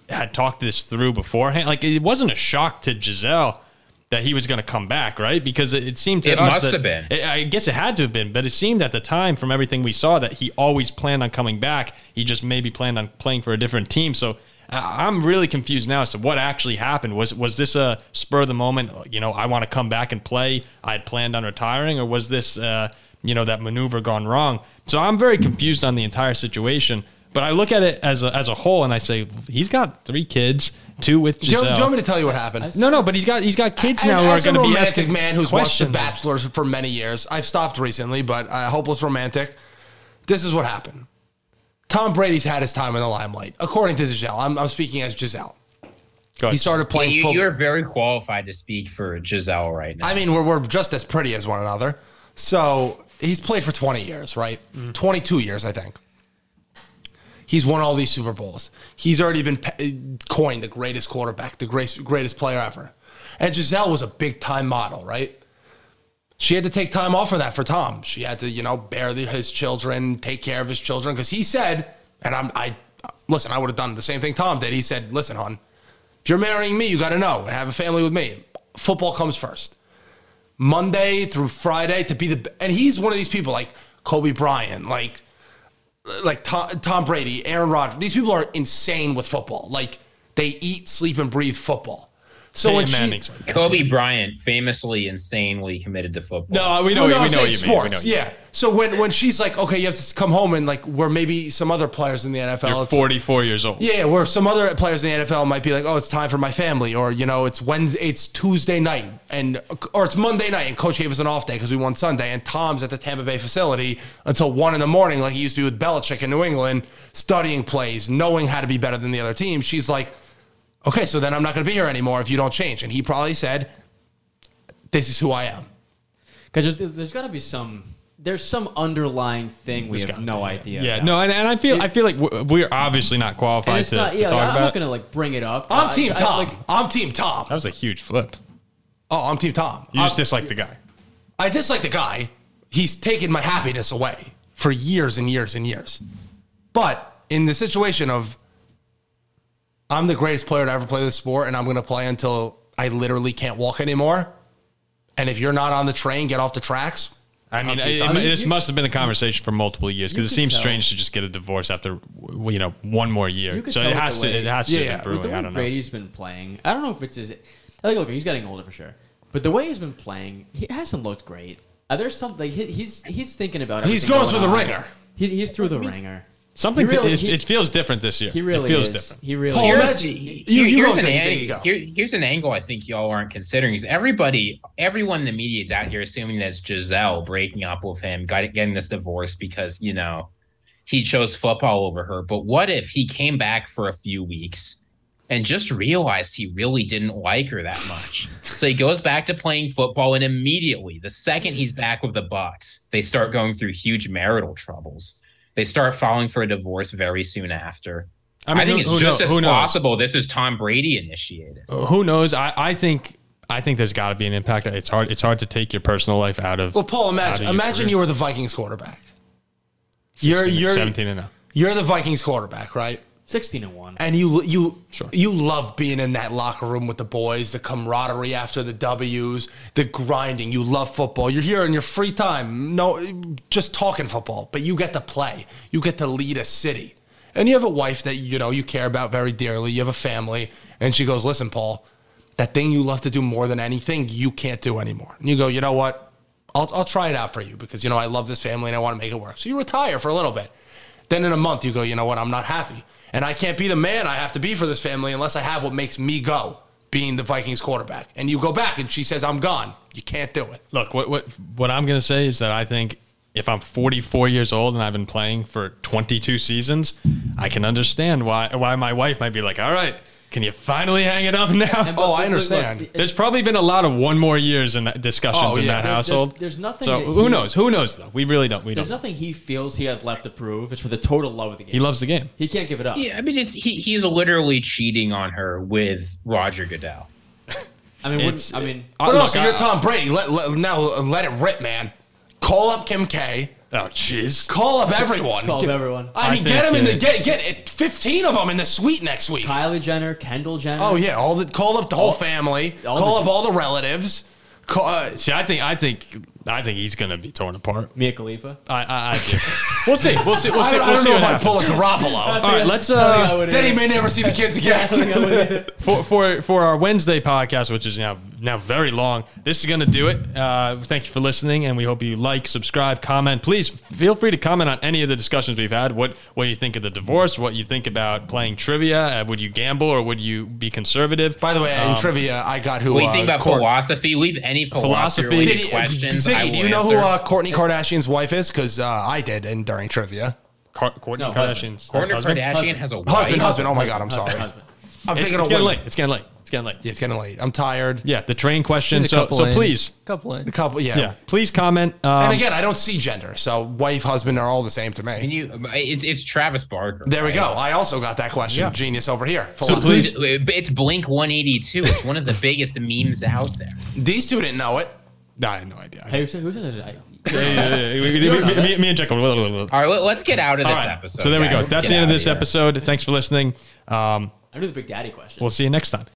A: had talked this through beforehand. Like it wasn't a shock to Giselle that he was going to come back, right? Because it, it seemed to
D: It
A: us
D: must
A: that-
D: have been.
A: I I guess it had to have been, but it seemed at the time from everything we saw that he always planned on coming back. He just maybe planned on playing for a different team. So I- I'm really confused now as to what actually happened. Was was this a spur of the moment? You know, I want to come back and play. I had planned on retiring, or was this uh, you know that maneuver gone wrong? So I'm very confused on the entire situation. But I look at it as a, as a whole, and I say he's got three kids, two with
C: Do you, do you
A: Giselle.
C: want me to tell you what happened?
A: no, no, but he's got he's got kids now
C: As-
A: who are
C: as a
A: going to be
C: romantic
A: asking
C: man who's
A: questions.
C: watched The Bachelor for many years. I've stopped recently, but uh, hopeless romantic. This is what happened. Tom Brady's had his time in the limelight, according to Giselle. I'm, I'm speaking as Giselle.
A: Go ahead.
C: He started playing
D: You,
C: football.
D: you're very qualified to speak for Giselle right now.
C: I mean, we're, we're just as pretty as one another. So he's played for 20 years, right? 22 years, I think. He's won all these Super Bowls. He's already been pe- coined the greatest quarterback, the greatest, greatest player ever. And Giselle was a big time model, right? She had to take time off for that for Tom. She had to, you know, bear the, his children, take care of his children, because he said, and I'm, I, listen, I would have done the same thing Tom did. He said, listen, hon, if you're marrying me, you got to know and have a family with me. Football comes first. Monday through Friday to be the and he's one of these people like Kobe Bryant, like like Tom, Tom Brady, Aaron Rodgers. These people are insane with football. Like they eat, sleep, and breathe football. So
A: Peyton
C: when she-
A: Manning's like that.
D: Kobe Bryant famously insanely committed to football.
A: No, Oh, we know.
C: Well,
A: we
C: I'm
A: know what
C: saying
A: you mean. We know
C: sports,
A: what you
C: yeah. So when when she's like, okay, you have to come home and like where maybe some other players in the NFL,
A: mean. You're
C: it's-
A: 44 years old.
C: yeah, yeah, where some other players in the NFL might be like, oh, it's time for my family, or you know, it's Wednesday, it's Tuesday night, and or it's Monday night, and Coach gave us an off day because we won Sunday, and Tom's at the Tampa Bay facility until one in the morning, like he used to be with Belichick in New England, studying plays, knowing how to be better than the other team. She's like, okay, so then I'm not going to be here anymore if you don't change, and he probably said, this is who I am.
B: Because there's, there's got to be some. There's some underlying thing we have
C: gotta
B: no idea.
A: Yeah,
B: about.
A: no, and, and I feel I feel like we're, we're obviously not
B: And
A: qualified
B: it's
A: to,
B: not.
A: to
B: Yeah,
A: talk
B: I'm
A: about.
B: not gonna like bring it up.
C: I'm
B: I-
C: Team
B: I-
C: Tom.
B: like,
C: I'm Team Tom.
A: that was a huge flip.
C: Oh, I'm Team Tom.
A: You
C: I-
A: just dislike the guy.
C: I dislike the guy. He's taken my happiness away for years and years and years. But in the situation of I'm the greatest player to ever play this sport and I'm going to play until I literally can't walk anymore. And if you're not on the train, get off the tracks.
A: I mean,
C: I'll
A: it,
C: keep talking.
A: it- this must have been a conversation for multiple years
B: You
A: because it
B: can
A: seems
B: tell.
A: strange to just get a divorce after w- you know one more year.
B: can
A: So
B: tell
A: it
B: with
A: has
B: the
A: to
B: way-
A: it has to
C: Yeah,
A: be
C: yeah. With
A: brewing.
B: the way
A: I don't know.
B: Brady's been playing, I don't know if it's his. I think look, he's getting older for sure. But the way he's been playing, he hasn't looked great. Uh, there's something he, he's he's thinking about.
C: He's
B: everything
C: going through the
B: on.
C: ringer.
B: He, he's through the ringer.
A: Something
B: He really-
A: it,
B: he-
A: it feels different this year.
B: He really
A: it feels
B: is.
A: different.
B: He really.
C: Paul,
B: is.
C: imagine- You- you
D: here's,
C: go,
D: an
C: Ziggy,
D: ang-
C: Ziggy, go.
D: here- here's an angle I think y'all aren't considering. Is everybody, everyone in the media is out here assuming that it's Giselle breaking up with him, got, getting this divorce because you know he chose football over her. But what if he came back for a few weeks and just realized he really didn't like her that much? so he goes back to playing football, and immediately, the second he's back with the Bucks, they start going through huge marital troubles. They start filing for a divorce very soon after. I,
A: mean,
D: think
A: who-
D: it's
A: who
D: just
A: knows?
D: as
A: Who knows?
D: possible this is Tom Brady initiated.
A: Who knows? I, I think I think there's got to be an impact. It's hard it's hard to take your personal life out of.
C: Well, Paul,
A: out of
C: imagine
A: your
C: imagine
A: career.
C: you were the Vikings quarterback. You're
A: 16,
C: you're
A: 17 and oh. now.
C: you're the Vikings quarterback, right?
B: Sixteen and one.
C: and you you
A: Sure.
C: you love being in that locker room with the boys, the camaraderie after the W's, the grinding. You love football. You're here in your free time, no, just talking football. But you get to play. You get to lead a city, and you have a wife that you know you care about very dearly. You have a family, and she goes, "Listen, Paul, that thing you love to do more than anything, you can't do anymore." And you go, "You know what? I'll I'll try it out for you because you know I love this family and I want to make it work." So you retire for a little bit. Then in a month, you go, you know what? I'm not happy. And I can't be the man I have to be for this family unless I have what makes me go, being the Vikings quarterback. And you go back and she says, I'm gone. You can't do it.
A: Look, what what what I'm gonna say is that I think if I'm 44 years old and I've been playing for 22 seasons, I can understand why why my wife might be like, all right, can you finally hang it up now?
B: And but
C: Oh, I
B: look, look,
C: understand.
B: look,
A: There's probably been a lot of one more years in that discussions
C: Oh,
A: in
C: yeah.
A: that
C: There's-
A: household.
B: there's- there's nothing
A: So
B: that
A: who
B: he-
A: knows? Who knows though? We really don't. We don't.
B: There's
A: know.
B: nothing he feels he has left to prove. It's for the total love of the game.
A: He loves the game.
B: He can't give it up.
D: Yeah, I mean, it's he, he's literally cheating on her with Roger Goodell.
B: I mean, wouldn't-
A: It's-
B: I mean,
A: Uh,
C: But
A: look,
C: also, you're
A: I-
C: Tom Brady. Let, let- now let it rip, man. Call up Kim K.
A: Oh jeez.
C: Call up everyone.
B: call of everyone.
C: I mean,
A: I think
C: get him in the
A: it's-
C: get get it- 15 of them in the suite next week.
B: Kylie Jenner, Kendall Jenner.
C: Oh yeah, all the call up the whole family.
B: all
C: call
B: the-
C: up all the relatives. Call, uh,
A: See, I think I think I think he's gonna be torn apart.
B: Mia Khalifa.
A: I I, I do. we'll see. We'll see. We'll
C: I,
A: see.
C: I
A: we'll
C: don't
A: see
C: know
A: what
C: if I
A: happens.
C: pull a Garoppolo.
A: All right, let's
B: I think I
A: uh
B: would
C: then he
B: either.
C: may never see the kids
B: I think I
C: again.
B: would either.
A: for, for for our Wednesday podcast, which is now now very long. This is gonna do it. Uh, thank you for listening, and we hope you like, subscribe, comment. Please feel free to comment on any of the discussions we've had. What what you think of the divorce? What you think about playing trivia? Uh, would you gamble or would you be conservative?
C: By the way, in
A: Um,
C: trivia, I got who.
D: What do you
C: uh,
D: think about
C: Court-
D: philosophy? Leave any philosophy,
A: Philosophy.
D: related
C: Did-
D: questions. I
C: Ziggy,
D: will
C: do you know who
D: answer.
C: uh, Courtney Kardashian's wife is? Because uh, I did, and during trivia,
A: Car- Courtney
B: No, husband.
A: Kardashian's uh,
D: Kourtney
A: husband?
D: Kardashian has a wife.
C: husband, husband.
D: uh,
C: Oh my god, I'm sorry.
B: Husband.
C: I'm
A: It's,
C: thinking
A: it's
C: of
A: getting
C: women.
A: late. It's getting late. It's getting late.
C: Yeah, it's getting late. I'm tired.
A: Yeah, the train question.
G: There's a
A: So,
G: couple
A: so
G: in.
A: please,
G: Couple in.
C: A couple, yeah.
A: yeah, please comment. Um,
C: And again, I don't see gender, so wife, husband are all the same to
D: Can
C: me.
D: you? It's it's Travis Barker.
C: There we
D: right?
C: go. I also got that question.
A: Yeah.
C: Genius over here.
D: So
C: Philosophy.
D: please, it's Blink 182. It's one of the biggest memes out there.
C: These two didn't know it.
A: nah, I had no idea.
B: Hey, who said, who said that? I-
A: Yeah, yeah, yeah. We- we- we- me, me and Jacob. blah, blah, blah, blah.
D: All right, let- let's get out of
A: All
D: this
A: right.
D: episode.
A: so there we
D: guys.
A: go.
D: Let's
A: That's the
D: get
A: end of
D: out
A: this
D: here.
A: episode. Thanks for listening. Um,
B: I knew the Big Daddy question.
A: we'll see you next time.